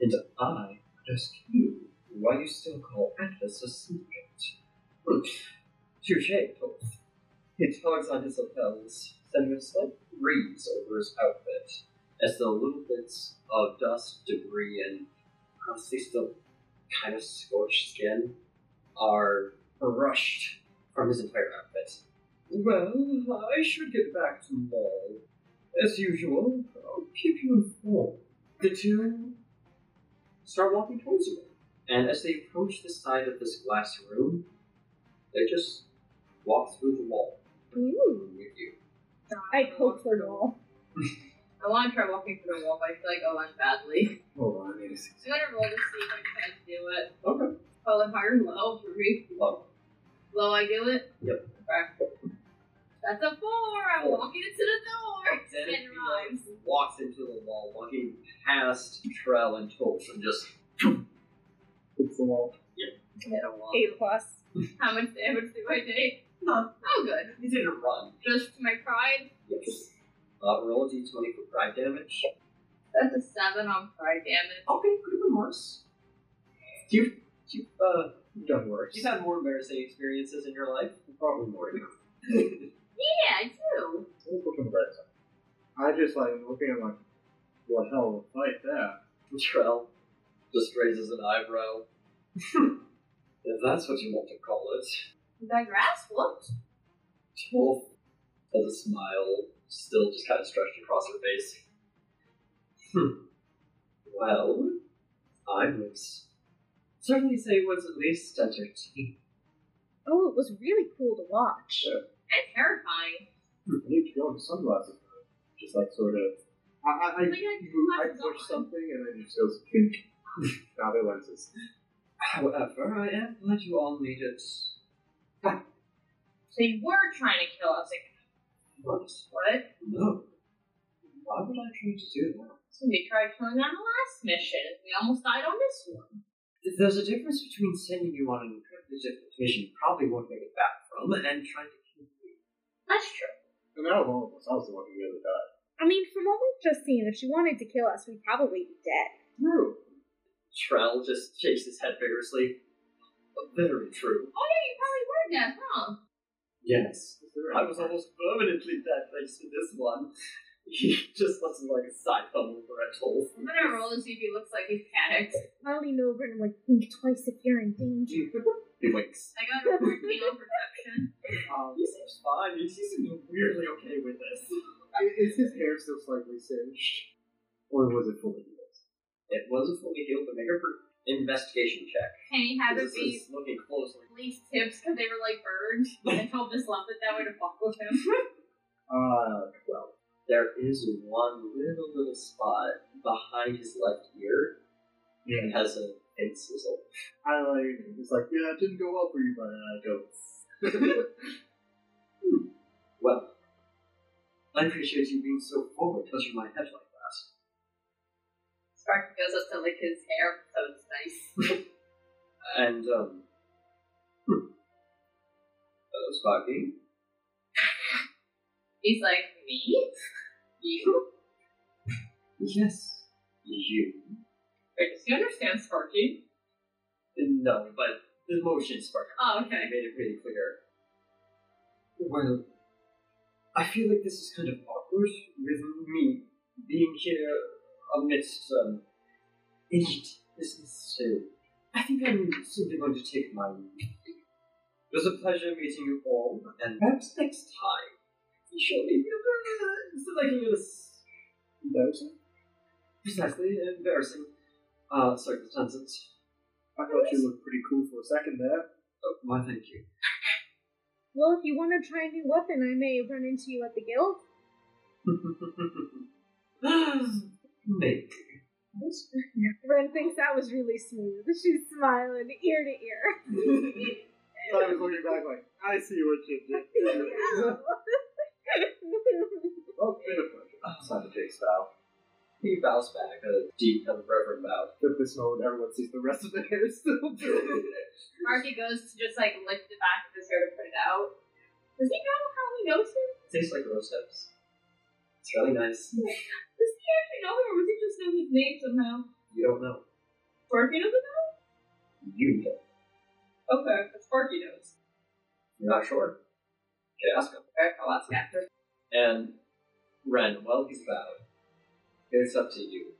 [SPEAKER 2] And I Hm. would ask you why you still call Atlas a secret. Touche, both. It tugs on his lapels, sending a slight breeze over his outfit as the little bits of dust, debris, and honestly still kind of scorched skin are brushed from his entire outfit. Well, I should get back to Maul. As usual, I'll keep you informed. The two start walking towards you. And as they approach the side of this glass room, they just walk through the wall
[SPEAKER 4] Ooh.
[SPEAKER 2] with you.
[SPEAKER 4] I poke the wall.
[SPEAKER 5] I want to try walking through the wall, but I feel like I'll end badly.
[SPEAKER 2] Hold on, I need to see.
[SPEAKER 5] I'm gonna roll to see if I can do it.
[SPEAKER 2] Okay.
[SPEAKER 5] Well, if higher or low for me.
[SPEAKER 2] Well,
[SPEAKER 5] Low, I do it.
[SPEAKER 2] Yep.
[SPEAKER 5] Okay.
[SPEAKER 3] That's a four. I'm walking into
[SPEAKER 2] *laughs*
[SPEAKER 3] the door. Spin rhymes.
[SPEAKER 2] walks into the wall, walking past Trell and Tolch, and just
[SPEAKER 7] It's the wall.
[SPEAKER 5] Hit a wall.
[SPEAKER 4] Eight plus.
[SPEAKER 5] How much damage do I take?
[SPEAKER 2] no,
[SPEAKER 5] Oh, good.
[SPEAKER 2] he didn't run.
[SPEAKER 5] Just my pride.
[SPEAKER 2] Yes. Uh, roll a d20 for drive damage.
[SPEAKER 5] That's a seven on pride damage.
[SPEAKER 2] Okay, could have been worse. You've you've uh
[SPEAKER 7] You've done worse.
[SPEAKER 2] you've had more embarrassing experiences in your life.
[SPEAKER 7] Probably more.
[SPEAKER 3] Yeah, I do.
[SPEAKER 7] Let's look on the bright side.
[SPEAKER 6] I just like looking at him like, what hell of a fight that?
[SPEAKER 2] Trell just raises an eyebrow. *laughs* if that's what you want to call it.
[SPEAKER 3] The grass looked.
[SPEAKER 2] Twelve has a smile still just kind of stretched across her face. Hmm. Well, I would certainly say it was at least entertaining.
[SPEAKER 4] Oh, it was really cool to watch.
[SPEAKER 3] And terrifying.
[SPEAKER 7] I need to go into sunglasses. Just like sort of.
[SPEAKER 6] I, I, I,
[SPEAKER 3] I think I
[SPEAKER 6] move- I
[SPEAKER 3] glasses
[SPEAKER 6] push
[SPEAKER 3] on.
[SPEAKER 6] something and then he just
[SPEAKER 7] *laughs*
[SPEAKER 6] goes, pink.
[SPEAKER 7] Now they're lenses.
[SPEAKER 2] However, I am glad you all made it.
[SPEAKER 3] They were trying to kill us. Like,
[SPEAKER 2] But
[SPEAKER 3] what?
[SPEAKER 2] no. Why would I try to do that?
[SPEAKER 3] Somebody tried killing on the last mission. We almost died on this one.
[SPEAKER 2] There's a difference between sending you on an incredibly difficult mission you probably won't make it back from and trying to keep you.
[SPEAKER 3] That's true.
[SPEAKER 7] And out of all of us, I was the one who nearly died.
[SPEAKER 4] I mean, from what we've just seen, if she wanted to kill us, we'd probably be dead.
[SPEAKER 7] True.
[SPEAKER 2] Trell just shakes his head vigorously. Very true.
[SPEAKER 3] Oh yeah, you probably were dead, huh?
[SPEAKER 2] Yes.
[SPEAKER 7] Is there
[SPEAKER 2] I was almost permanently dead thanks to this one. *laughs* He just looks like a side bubble for a toll.
[SPEAKER 5] I'm gonna roll to see if he looks like he's panicked.
[SPEAKER 4] I lean over and I'm like, think twice if you're in danger.
[SPEAKER 2] *laughs* He winks.
[SPEAKER 5] I got a 14 on perception.
[SPEAKER 6] Um,
[SPEAKER 2] He Oh, seems fine. He seems weirdly okay with this.
[SPEAKER 6] i- is his hair still slightly singed? Or was it fully healed?
[SPEAKER 2] It wasn't fully healed, but make a per- investigation check.
[SPEAKER 5] Can he have it
[SPEAKER 2] This
[SPEAKER 5] be
[SPEAKER 2] is looking closely.
[SPEAKER 5] police tips because they were like *laughs* burned and told this left it that way to fuck with him?
[SPEAKER 7] Uh,
[SPEAKER 2] There is one little little spot behind his left ear.
[SPEAKER 7] Yeah.
[SPEAKER 2] It has a faint sizzle.
[SPEAKER 7] I like, it's like, yeah, it didn't go well for you, but and I go,
[SPEAKER 2] Well, I appreciate you being so forward touching my head like that.
[SPEAKER 5] Sparky goes up to lick his hair, so it's nice.
[SPEAKER 2] And, um. Hmm. Hello, Sparky.
[SPEAKER 5] *laughs* He's like, me? You?
[SPEAKER 2] Yes. You.
[SPEAKER 5] Wait, does he understand Sparky?
[SPEAKER 2] No, but the motion Sparky.
[SPEAKER 5] Oh,
[SPEAKER 2] I
[SPEAKER 5] okay.
[SPEAKER 2] made it pretty clear. Well, I feel like this is kind of awkward with me being here amidst um, idiot business. So I think I'm simply going to take my leave. It was a pleasure meeting you all, and perhaps next time you shall be uh, so like a little s-
[SPEAKER 7] embarrassing?
[SPEAKER 2] precisely embarrassing uh, circumstances.
[SPEAKER 7] I thought you looked pretty cool for a second there.
[SPEAKER 2] Oh, why, thank you.
[SPEAKER 4] Well, if you want to try a new weapon, I may run into you at the guild.
[SPEAKER 2] *laughs* Maybe.
[SPEAKER 4] Ren thinks that was really smooth. She's smiling ear to ear.
[SPEAKER 6] So I was looking back like, I see what you
[SPEAKER 7] *laughs*
[SPEAKER 6] did.
[SPEAKER 4] *laughs*
[SPEAKER 7] Well, it's Oh, been a pleasure. Outside of Jake's bow.
[SPEAKER 2] He bows back a deep and reverent bow. *laughs*
[SPEAKER 6] At this moment, everyone sees the rest of the hair still doing it.
[SPEAKER 5] Sparky goes to just like lick the back of his hair to put it out. Does he know how he knows him?
[SPEAKER 2] Tastes like rose hips. It's really nice.
[SPEAKER 5] Does he actually know him or does he just know his name somehow?
[SPEAKER 2] You don't know.
[SPEAKER 5] Sparky doesn't know?
[SPEAKER 2] You know.
[SPEAKER 5] Okay, but Sparky knows.
[SPEAKER 2] I'm not sure. Okay, ask him. Okay, I'll ask him. And Ren, while he's bowed, it's up to you.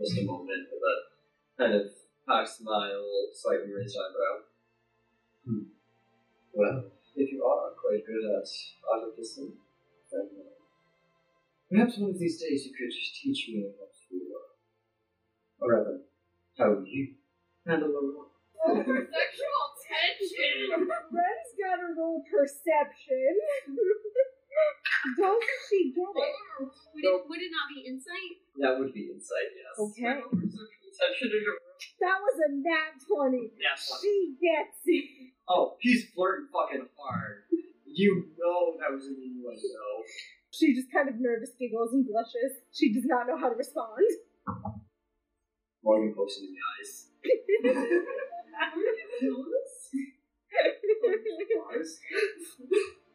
[SPEAKER 2] Just a moment with a kind of half smile, slightly raised eyebrow. Hmm. Well, if you are quite good at art of distance, then uh, perhaps one of these days you could teach me what you are, or rather, how you handle a rock.
[SPEAKER 3] Oh, for sexual tension.
[SPEAKER 4] Ren's got a little perception. Doesn't she get it?
[SPEAKER 8] Would it, would it not be insight?
[SPEAKER 2] That would be insight, yes.
[SPEAKER 4] Okay.
[SPEAKER 2] Perception is a-
[SPEAKER 4] That was a nat 20.
[SPEAKER 2] Yes.
[SPEAKER 4] She gets it.
[SPEAKER 2] Oh, he's flirting fucking hard. You know that was an innuendo.
[SPEAKER 4] She just kind of nervous giggles and blushes. She does not know how to *laughs* respond.
[SPEAKER 2] Morgan looks in the eyes.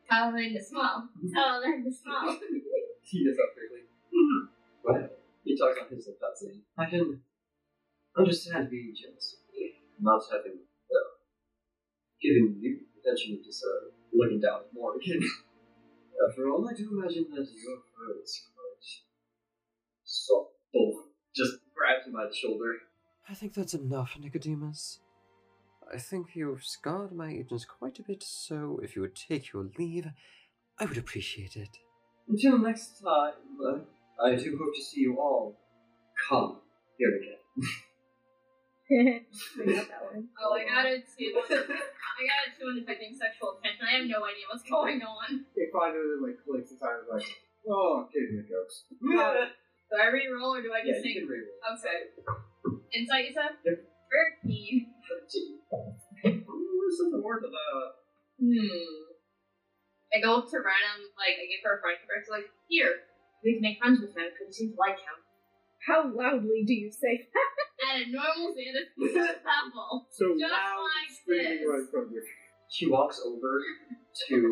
[SPEAKER 3] I'll learn to smile. Oh, I'll learn to smile.
[SPEAKER 2] He does that quickly. Well, he talks on his that's it. I can understand being jealous of me, not having, well, giving you the attention you deserve, looking down at Morgan. After all, I do imagine that your fur is quite soft. Oh, Just grabs him by the shoulder.
[SPEAKER 1] I think that's enough, Nicodemus. I think you've scarred my agents quite a bit, so if you would take your leave, I would appreciate it.
[SPEAKER 2] Until next time, uh, I do hope to see you all come here again.
[SPEAKER 4] I got that one.
[SPEAKER 3] Oh, I got a two. *laughs* I got a two in affecting sexual tension. I have no idea what's going on.
[SPEAKER 7] It finally like clicks and I was like, oh, I'm kidding the jokes.
[SPEAKER 3] *laughs* Do I re-roll or do I
[SPEAKER 2] yeah,
[SPEAKER 3] just
[SPEAKER 2] you can
[SPEAKER 3] think?
[SPEAKER 2] reroll.
[SPEAKER 3] Okay. Insight, you said?
[SPEAKER 2] Yep.
[SPEAKER 3] Thirteen.
[SPEAKER 2] Ooh, something more to that.
[SPEAKER 3] Hmm. I go up to Ren and like I give her a friend card. like, here, we can make friends with him because he seems to like him.
[SPEAKER 4] How loudly do you say
[SPEAKER 3] At a normal standard *laughs* level.
[SPEAKER 7] So
[SPEAKER 3] Just
[SPEAKER 7] loud
[SPEAKER 3] like this.
[SPEAKER 7] screaming right in front of you.
[SPEAKER 2] She walks over
[SPEAKER 3] *laughs*
[SPEAKER 2] to the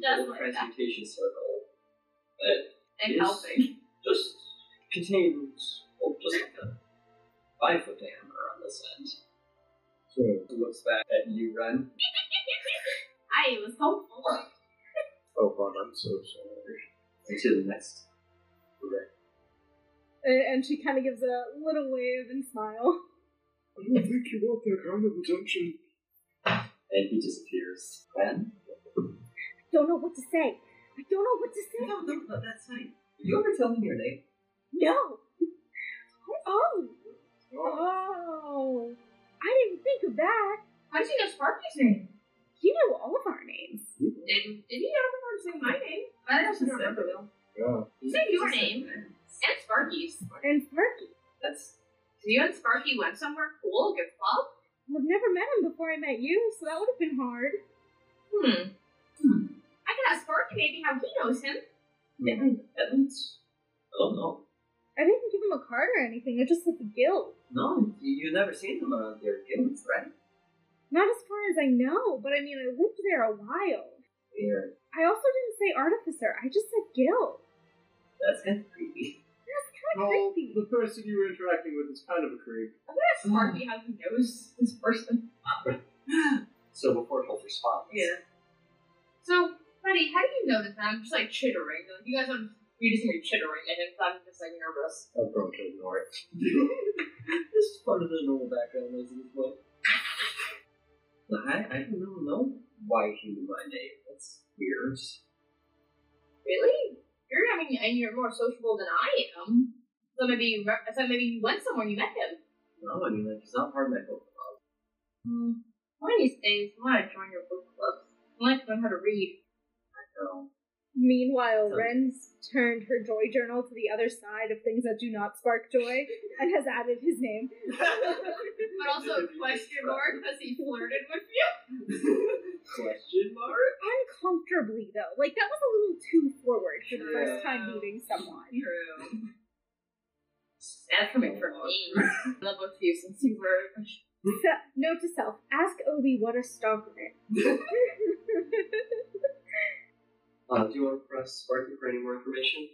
[SPEAKER 3] Just
[SPEAKER 2] old
[SPEAKER 3] like that.
[SPEAKER 2] transmutation circle. It
[SPEAKER 3] And
[SPEAKER 2] is
[SPEAKER 3] helping.
[SPEAKER 2] Just contains, well, just like a five foot hammer on this end.
[SPEAKER 7] So,
[SPEAKER 2] It looks back at you, Ren.
[SPEAKER 3] I was hopeful.
[SPEAKER 7] oh god, I'm so sorry.
[SPEAKER 2] Until the next.
[SPEAKER 4] And and she kind of gives a little wave and smile.
[SPEAKER 7] I don't think you want that kind of attention.
[SPEAKER 2] And he disappears. Ren?
[SPEAKER 4] Don't know what to say. I don't know what to say.
[SPEAKER 2] No, no, no, that's fine. Did you ever tell them your name?
[SPEAKER 4] No. Oh. Oh. I didn't think of that.
[SPEAKER 3] How did you know Sparky's name?
[SPEAKER 4] You know all of our names.
[SPEAKER 3] Did Did you ever want to say my name? I don't
[SPEAKER 2] Just
[SPEAKER 3] remember
[SPEAKER 2] said-
[SPEAKER 3] though.
[SPEAKER 7] Yeah.
[SPEAKER 3] You said your
[SPEAKER 2] Just said
[SPEAKER 3] name.
[SPEAKER 2] her name.
[SPEAKER 3] And Sparky's. Did
[SPEAKER 4] And Sparky.
[SPEAKER 2] That's
[SPEAKER 3] you and Sparky went somewhere cool, like a club?
[SPEAKER 4] Well, I've never met him before I met you, so that would have been hard.
[SPEAKER 3] Hmm. I can ask Sparky maybe how he knows him.
[SPEAKER 2] Evans. I don't know.
[SPEAKER 4] I didn't give him a card or anything. I just said the guild.
[SPEAKER 2] No, you, you've never seen them around their guilds, right?
[SPEAKER 4] Not as far as I know, but I mean, I lived there a while.
[SPEAKER 2] Weird.
[SPEAKER 4] I also didn't say artificer. I just said guild.
[SPEAKER 2] That's kind of creepy.
[SPEAKER 3] *gasps*
[SPEAKER 4] Kind of
[SPEAKER 7] Well,
[SPEAKER 4] creepy.
[SPEAKER 7] the person you were interacting with is kind of a creep.
[SPEAKER 3] I am gonna ask Sparky how he knows this person.
[SPEAKER 2] So before Holt responds,
[SPEAKER 3] So, buddy, how do you know that I'm just like chittering? Like, you guys are you just hear chittering at him, so I'm just like nervous.
[SPEAKER 2] I'm going to ignore it. *laughs* this is part of the normal background noise in this book. I, I don't really know why he knew my name. That's weird.
[SPEAKER 3] Really? You're I mean, and you're more sociable than I am. So maybe you re- so maybe you went somewhere and you met him.
[SPEAKER 2] No, I mean, like, it's not part of my book club.
[SPEAKER 3] Hmm. One of these days, I want to join your book club. I want to learn how to read.
[SPEAKER 2] No.
[SPEAKER 4] Meanwhile,
[SPEAKER 2] So-
[SPEAKER 4] Ren's turned her joy journal to the other side of things that do not spark
[SPEAKER 7] *laughs*
[SPEAKER 4] joy and has added his name.
[SPEAKER 3] But also a question mark because he flirted with you.
[SPEAKER 2] Question mark?
[SPEAKER 4] Uncomfortably, though. Like, that was a little too forward for the
[SPEAKER 2] Yeah.
[SPEAKER 4] first time meeting someone.
[SPEAKER 3] *laughs* True. That's coming from me. I love both of you since you were.
[SPEAKER 4] So, note to self ask Obi what a stalker is.
[SPEAKER 3] *laughs*
[SPEAKER 2] Uh, do you want to press Sparky for any more information?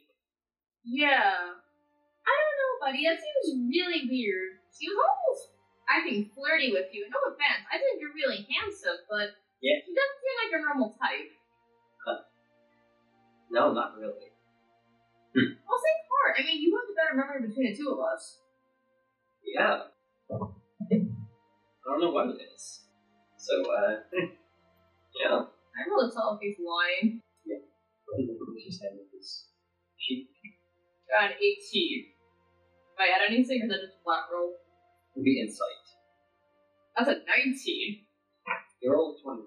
[SPEAKER 3] Yeah. I don't know, buddy. That seems really weird. She was almost, I think, flirty with you. No offense. I think you're really handsome, but
[SPEAKER 2] Yeah.
[SPEAKER 3] She doesn't seem like your normal type.
[SPEAKER 2] No, not really.
[SPEAKER 3] Well, same part. I mean, you have the better memory between the two of us.
[SPEAKER 2] Yeah. I don't know what it is. So, uh, *laughs* yeah.
[SPEAKER 3] I roll a tell if he's lying.
[SPEAKER 2] She's having this. She
[SPEAKER 3] Got an 18. Wait, I don't need singers, I just flat roll.
[SPEAKER 2] would be insight.
[SPEAKER 3] That's a 19.
[SPEAKER 2] You're all 20.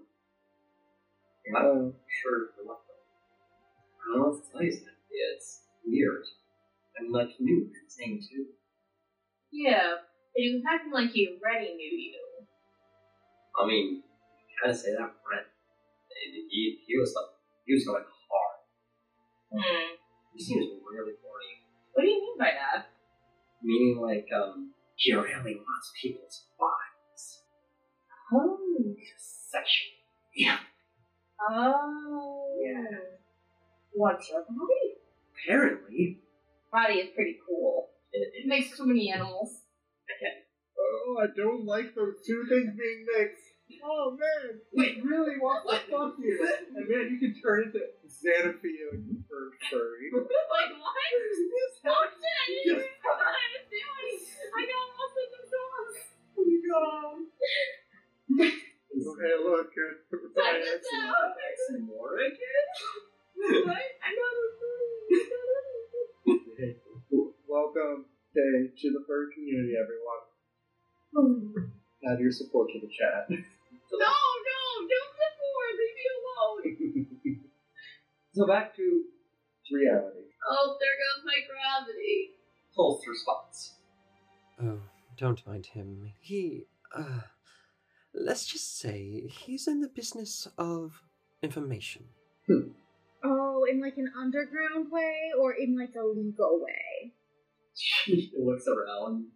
[SPEAKER 2] You're not
[SPEAKER 7] Um,
[SPEAKER 2] sure for what though. I don't know what to tell you, Sam. It's weird. I'm like new at the same too.
[SPEAKER 3] Yeah, but he was acting like he already knew you.
[SPEAKER 2] I mean, kind of say that friend. He, he was like, he was going hard.
[SPEAKER 3] Hmm.
[SPEAKER 2] He seems really horny.
[SPEAKER 3] What do you mean by that?
[SPEAKER 2] Meaning like, um, he really wants people's bodies.
[SPEAKER 3] Oh.
[SPEAKER 2] Sexual. Yeah.
[SPEAKER 3] Oh.
[SPEAKER 2] Yeah.
[SPEAKER 3] What's your body?
[SPEAKER 2] Apparently.
[SPEAKER 3] Body is pretty cool.
[SPEAKER 2] It,
[SPEAKER 3] It makes so many animals. *laughs*
[SPEAKER 7] oh, I don't like those two things being mixed. Oh man, he really wants to fuck you. And man, you can turn into Xanathia for furry.
[SPEAKER 3] like what? Oh shit! I didn't doing. I got lost in the sauce.
[SPEAKER 7] Okay, look. *laughs* uh,
[SPEAKER 3] Check
[SPEAKER 7] Ryan,
[SPEAKER 3] this out. *laughs*
[SPEAKER 2] more again?
[SPEAKER 3] What? I got a
[SPEAKER 7] Welcome day to the furry community, everyone. Add your support to the chat.
[SPEAKER 3] No, no, don't support. Leave me alone.
[SPEAKER 2] So back to
[SPEAKER 7] Reality.
[SPEAKER 3] Oh, there goes my gravity.
[SPEAKER 2] pulse *laughs* response.
[SPEAKER 9] Oh, don't mind him. He, uh, let's just say he's in the business of information.
[SPEAKER 4] Oh, in like an underground way or in like a legal way?
[SPEAKER 2] She looks around.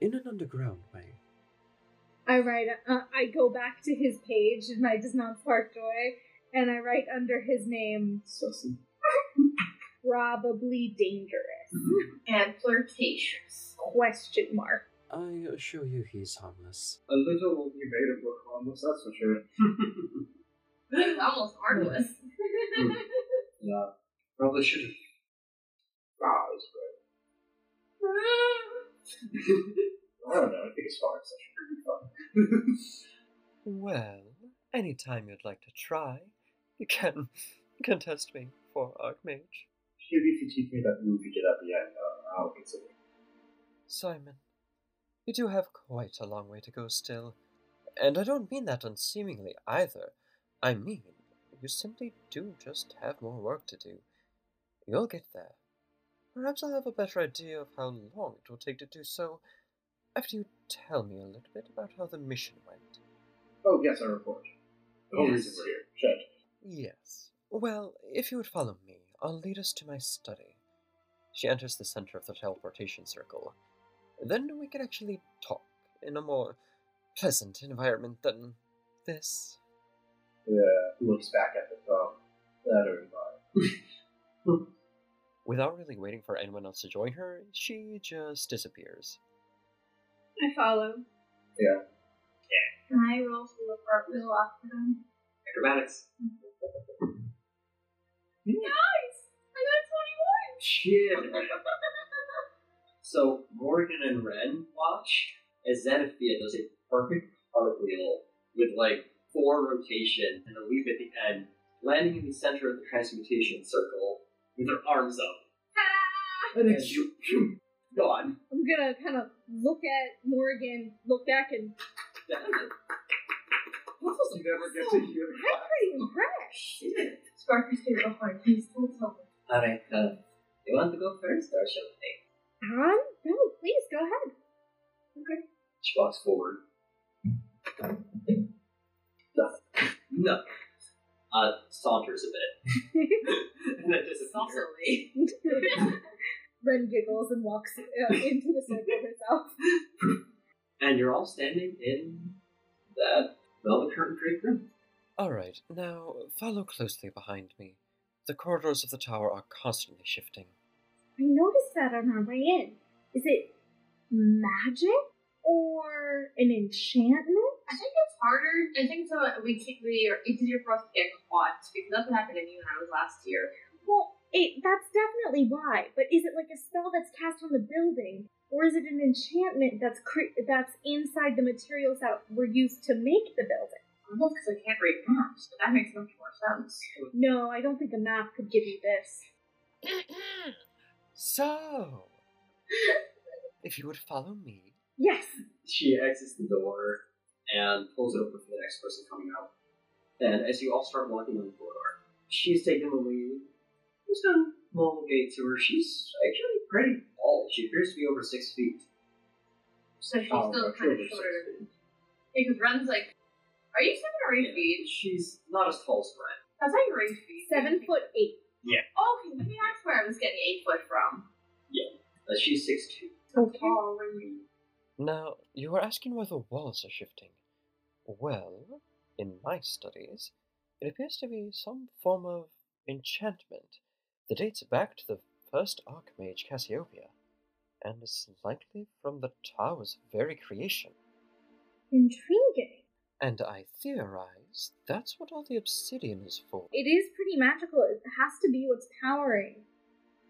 [SPEAKER 9] In an underground way.
[SPEAKER 4] I write, uh, I go back to his page and I does not spark joy, and I write under his name,
[SPEAKER 7] Sussy.
[SPEAKER 4] probably dangerous,
[SPEAKER 3] and flirtatious. *laughs*
[SPEAKER 4] question mark.
[SPEAKER 9] I assure you he's harmless.
[SPEAKER 7] A little will be made of book almost, that's for sure.
[SPEAKER 3] It's almost harmless.
[SPEAKER 2] Yeah. Probably should have.
[SPEAKER 7] Wow, it's great. I don't know, I think it's fine. It's actually pretty fun. *laughs*
[SPEAKER 1] Well, anytime you'd like to try, you can *laughs* can test me for Archmage.
[SPEAKER 7] Maybe if you teach me that move you did at the end, uh, I'll consider it.
[SPEAKER 1] Simon, you do have quite a long way to go still. And I don't mean that unseemingly either. I mean, you simply do just have more work to do. You'll get there. Perhaps I'll have a better idea of how long it will take to do so after you tell me a little bit about how the mission went.
[SPEAKER 7] Oh, yes, I Oh, report. The whole
[SPEAKER 2] Yes.
[SPEAKER 7] reason we're here. Chat.
[SPEAKER 1] Yes. Well, if you would follow me, I'll lead us to my study. She enters the center of the teleportation circle. Then we can actually talk in a more pleasant environment than this.
[SPEAKER 7] Yeah, looks back at the thumb. That or mine.
[SPEAKER 1] Without really waiting for anyone else to join her, she just disappears.
[SPEAKER 3] *laughs* I follow.
[SPEAKER 7] Yeah.
[SPEAKER 3] Can I roll to the front wheel after them?
[SPEAKER 2] Acrobatics.
[SPEAKER 3] Guys, I got
[SPEAKER 2] Shit. so Morgan and Ren watch as Xenophia does a perfect cartwheel with like four rotation and a leap at the end, landing in the center of the transmutation circle with her arms up. And then she *laughs* gone.
[SPEAKER 4] I'm gonna kind of look at Morgan, look back, and
[SPEAKER 2] That is it.
[SPEAKER 7] What else you never get to hear?
[SPEAKER 4] I'm pretty impressed.
[SPEAKER 2] Shit.
[SPEAKER 3] 21! *laughs* Sparky's favorite behind. Please don't tell me.
[SPEAKER 2] Alright, uh, you want to go first or shall I?
[SPEAKER 4] Um, no, please go ahead.
[SPEAKER 2] She walks forward. Nothing. *laughs* No. Uh, saunters a *laughs* bit. and then disappears.
[SPEAKER 3] Saucily.
[SPEAKER 4] *laughs* Ren giggles and walks uh, into the *laughs* circle herself.
[SPEAKER 2] And you're all standing in that velvet curtain draped room.
[SPEAKER 1] Alright, now follow closely behind me. The corridors of the tower are constantly shifting.
[SPEAKER 4] I noticed that on our way in. Is it magic or an enchantment?
[SPEAKER 3] I think it's harder. I think so. We can't, we are easier for us to get caught because that's what happened to me when I was last year.
[SPEAKER 4] Well, it, that's definitely why. But is it like a spell that's cast on the building, or is it an enchantment that's cre- that's inside the materials that were used to make the building?
[SPEAKER 3] Almost because I can't read maps, but that makes much more sense.
[SPEAKER 4] No, I don't think a map could give you this.
[SPEAKER 1] So, if you would follow me,
[SPEAKER 4] Yes.
[SPEAKER 2] She exits the door and pulls it open for the next person coming out. And as you all start walking on the corridor, she's taken the lead. There's no normal gate to her. She's actually pretty tall. She appears *laughs*
[SPEAKER 7] *laughs*
[SPEAKER 2] to be over six feet.
[SPEAKER 3] So she's
[SPEAKER 2] Um,
[SPEAKER 3] still
[SPEAKER 2] actually
[SPEAKER 3] kind of
[SPEAKER 2] over six
[SPEAKER 3] shorter.
[SPEAKER 2] feet.
[SPEAKER 3] Because Ren's like, are you seven or eight feet?
[SPEAKER 2] She's not as tall as Ren.
[SPEAKER 3] That's like your eight feet.
[SPEAKER 4] Seven foot eight.
[SPEAKER 3] Oh, okay, maybe that's where I was getting eight foot from.
[SPEAKER 2] Uh, she's six two.
[SPEAKER 4] Okay.
[SPEAKER 3] Oh, really?
[SPEAKER 1] now you were asking why the walls are shifting. Well, in my studies, it appears to be some form of enchantment that dates back to the first Archmage Cassiopeia, and is likely from the tower's very creation.
[SPEAKER 4] Intriguing.
[SPEAKER 1] And I theorize that's what all the obsidian is for.
[SPEAKER 4] It is pretty magical. It has to be what's powering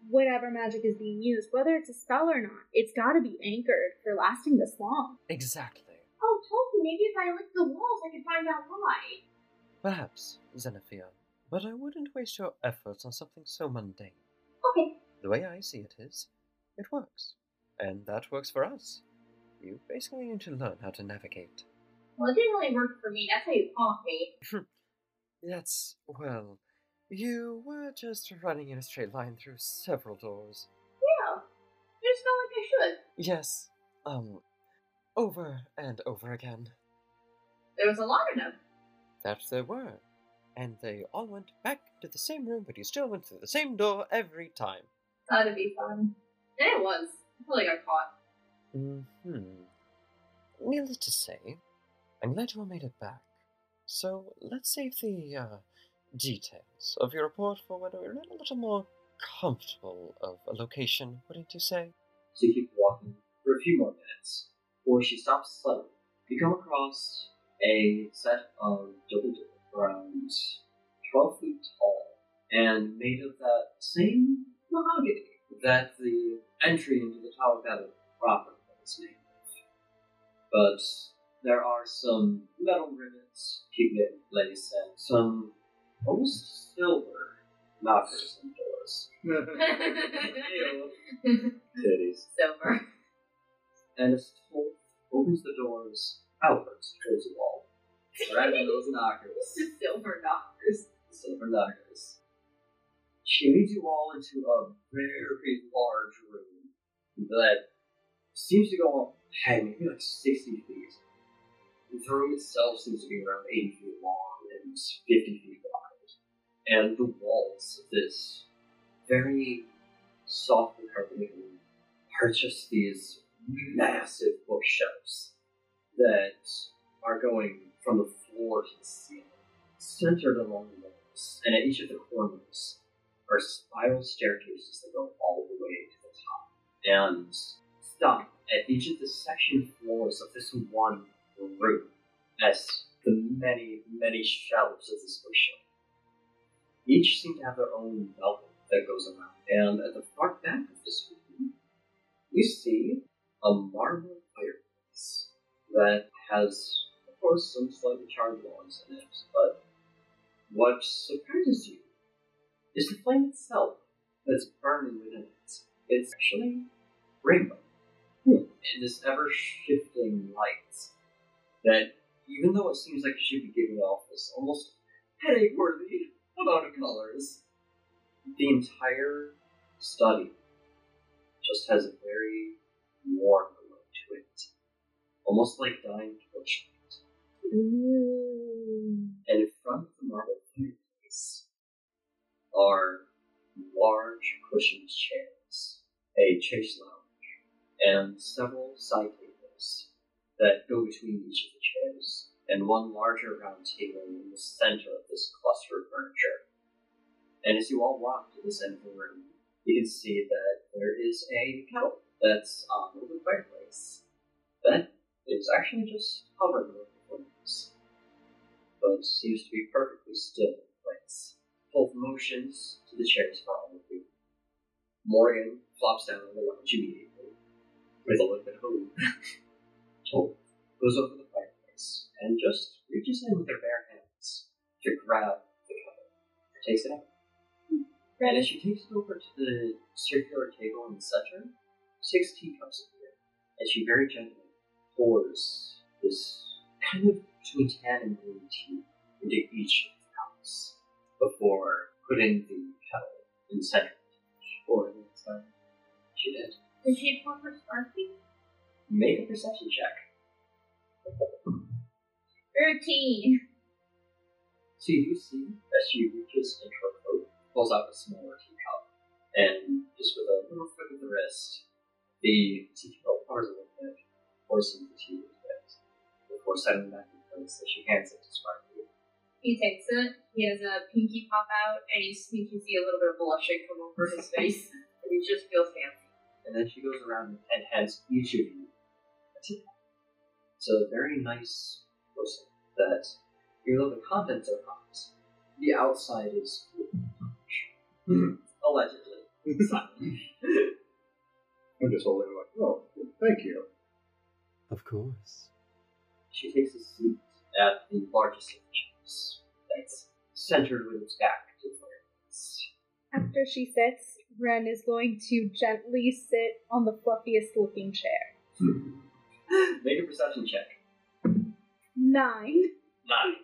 [SPEAKER 4] whatever magic is being used, whether it's a spell or not. It's got to be anchored for lasting this long.
[SPEAKER 1] Exactly.
[SPEAKER 3] Oh, Tolkien, maybe if I licked the walls, I could find out why.
[SPEAKER 1] Perhaps, Xenophia, but I wouldn't waste your efforts on something so mundane.
[SPEAKER 3] Okay.
[SPEAKER 1] The way I see it is, it works. And that works for us. You basically need to learn how to navigate.
[SPEAKER 3] Well, it didn't really work for me. That's how you caught me.
[SPEAKER 1] That's, well, you were just running in a straight line through several doors.
[SPEAKER 3] Yeah. I just felt like I should.
[SPEAKER 1] Yes, um, over and over again.
[SPEAKER 3] There was a lot of them.
[SPEAKER 1] That there were. And they all went back to the same room, but you still went through the same door every time.
[SPEAKER 3] That'd be fun. And it was. I feel like I
[SPEAKER 2] *laughs*
[SPEAKER 3] caught. *laughs*
[SPEAKER 1] Hmm. Needless to say, I'm glad you all made it back. So let's save the uh, details of your report for when we're a little more comfortable of a location, wouldn't you say?
[SPEAKER 2] So you keep walking for a few more minutes, before she stops suddenly. You come across a set of double doors around 12 feet tall and made of that same mahogany that the entry into the Tower of Babel proper is made of. But there are some metal rivets keeping it in place and some almost silver knockers and doors. Titties
[SPEAKER 3] Silver. *laughs*
[SPEAKER 2] and as Tolf opens the doors outwards towards the wall, right in those knockers,
[SPEAKER 3] Just silver knockers.
[SPEAKER 2] silver knockers. She leads you all into a very large room that seems to go up, hey, maybe like 60 feet. The room itself seems to be around 80 feet long and 50 feet wide. And the walls of this very soft and carpeted room are just these massive bookshelves that are going from the floor to the ceiling, centered along the walls, and at each of the corners are spiral staircases that go all the way to the top and stop at each of the section floors of this one room as the many, many shelves of this bookshelf. Each seem to have their own belt that goes around, and at the far back of this room, you see a marble fireplace that has, of course, some slightly charred logs in it, but what surprises you is the flame itself that's burning within it. It's actually rainbow. And this ever shifting light that, even though it seems like it should be giving off this almost headache worthy amount of colors, the entire study just has a very warm look to it, almost like dying torchlight.
[SPEAKER 4] Ooh.
[SPEAKER 2] And in front of the marble fireplace are large cushioned chairs, a chase lounge, and several side tables that go between each of the chairs, and one larger round table in the center of this cluster of furniture. And as you all walk to this end of the room, you can see that there is a kettle uh, that's on the fireplace that is actually just hovering over the flame. but seems to be perfectly still in place. Both motions to the chairs following the Morgan flops down on the lounge immediately, with a little bit of a loop. *laughs* Told goes over the fireplace and just reaches in with her bare hands to grab the cover. Takes it out. And as she takes it over to the circular table in the center, six teacups appear, and she very gently pours this kind of tan and green tea into each of the cups before putting the kettle in the center or the inside. She did.
[SPEAKER 3] Did she pour her sparkling?
[SPEAKER 2] Make a perception check.
[SPEAKER 3] Thirteen.
[SPEAKER 2] So you see as she reaches into her coat, pulls out a smaller teacup, and just with a little flick of the wrist, the teacup pours a little bit, pours some of the tea into it, before settling back in place as she hands it to Sparky.
[SPEAKER 3] He takes it. He has a pinky pop out, and you s- you can see a little bit of blushing come over his face. *laughs* And he just feels fancy.
[SPEAKER 2] And then she goes around and hands each of you a teacup. So a very nice person that, even though the contents are hot, the outside is cool. allegedly. *laughs* It's not.
[SPEAKER 7] I'm just holding it like, oh, thank you.
[SPEAKER 1] Of course.
[SPEAKER 2] She takes a seat at the largest of the chairs that's centered with its back to the fireplace. *gasps*
[SPEAKER 4] After she sits, Ren is going to gently sit on the fluffiest looking chair.
[SPEAKER 2] Make a perception check.
[SPEAKER 4] Nine. *laughs*
[SPEAKER 2] Nine.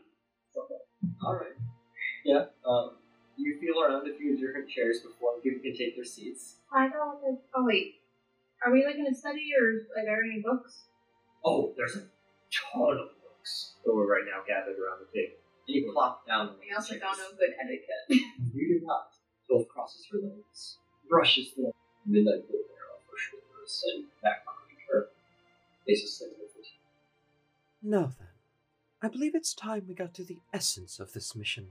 [SPEAKER 2] Okay. Alright. Yeah. Um, you feel around a few different chairs before people can take their seats.
[SPEAKER 3] I don't know. Oh wait, are we like in a study or like are there any books?
[SPEAKER 2] Oh, there's a ton of books.
[SPEAKER 7] So we're right now gathered around the table.
[SPEAKER 2] And you plop down on
[SPEAKER 3] We also
[SPEAKER 2] these
[SPEAKER 3] don't
[SPEAKER 2] chairs.
[SPEAKER 3] know good etiquette.
[SPEAKER 2] You do not. Both crosses her legs, brushes the midnight blue hair off her shoulders, and back behind her. Faces slightly different.
[SPEAKER 1] Now then, I believe it's time we got to the essence of this mission.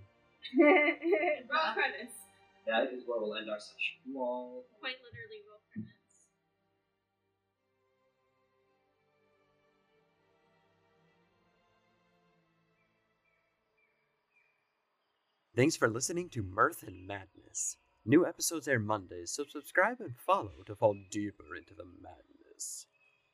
[SPEAKER 3] Roll credits.
[SPEAKER 2] That is where we'll end our session. Lol.
[SPEAKER 8] Quite literally roll credits.
[SPEAKER 1] Thanks for listening to Mirth and Madness. New episodes air Mondays, so subscribe and follow to fall deeper into the madness.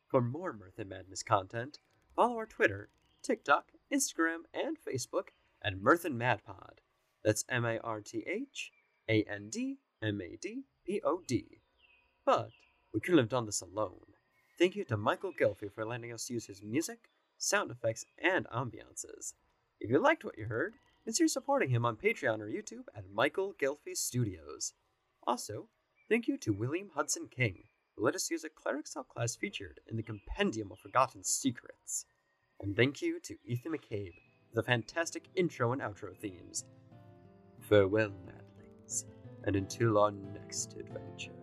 [SPEAKER 1] For more Mirth and Madness content, follow our Twitter, TikTok, Instagram, and Facebook at Mirth and Mad Pod. That's M A R T H A N D M A D P O D. But we couldn't have done this alone. Thank you to Michael Gilfey for letting us use his music, sound effects, and ambiances. If you liked what you heard, consider supporting him on Patreon or YouTube at Michael Gilfie Studios. Also, thank you to William Hudson King, who let us use a cleric subclass featured in the Compendium of Forgotten Secrets. And thank you to Ethan McCabe for the fantastic intro and outro themes. Farewell, madlings, and until our next adventure.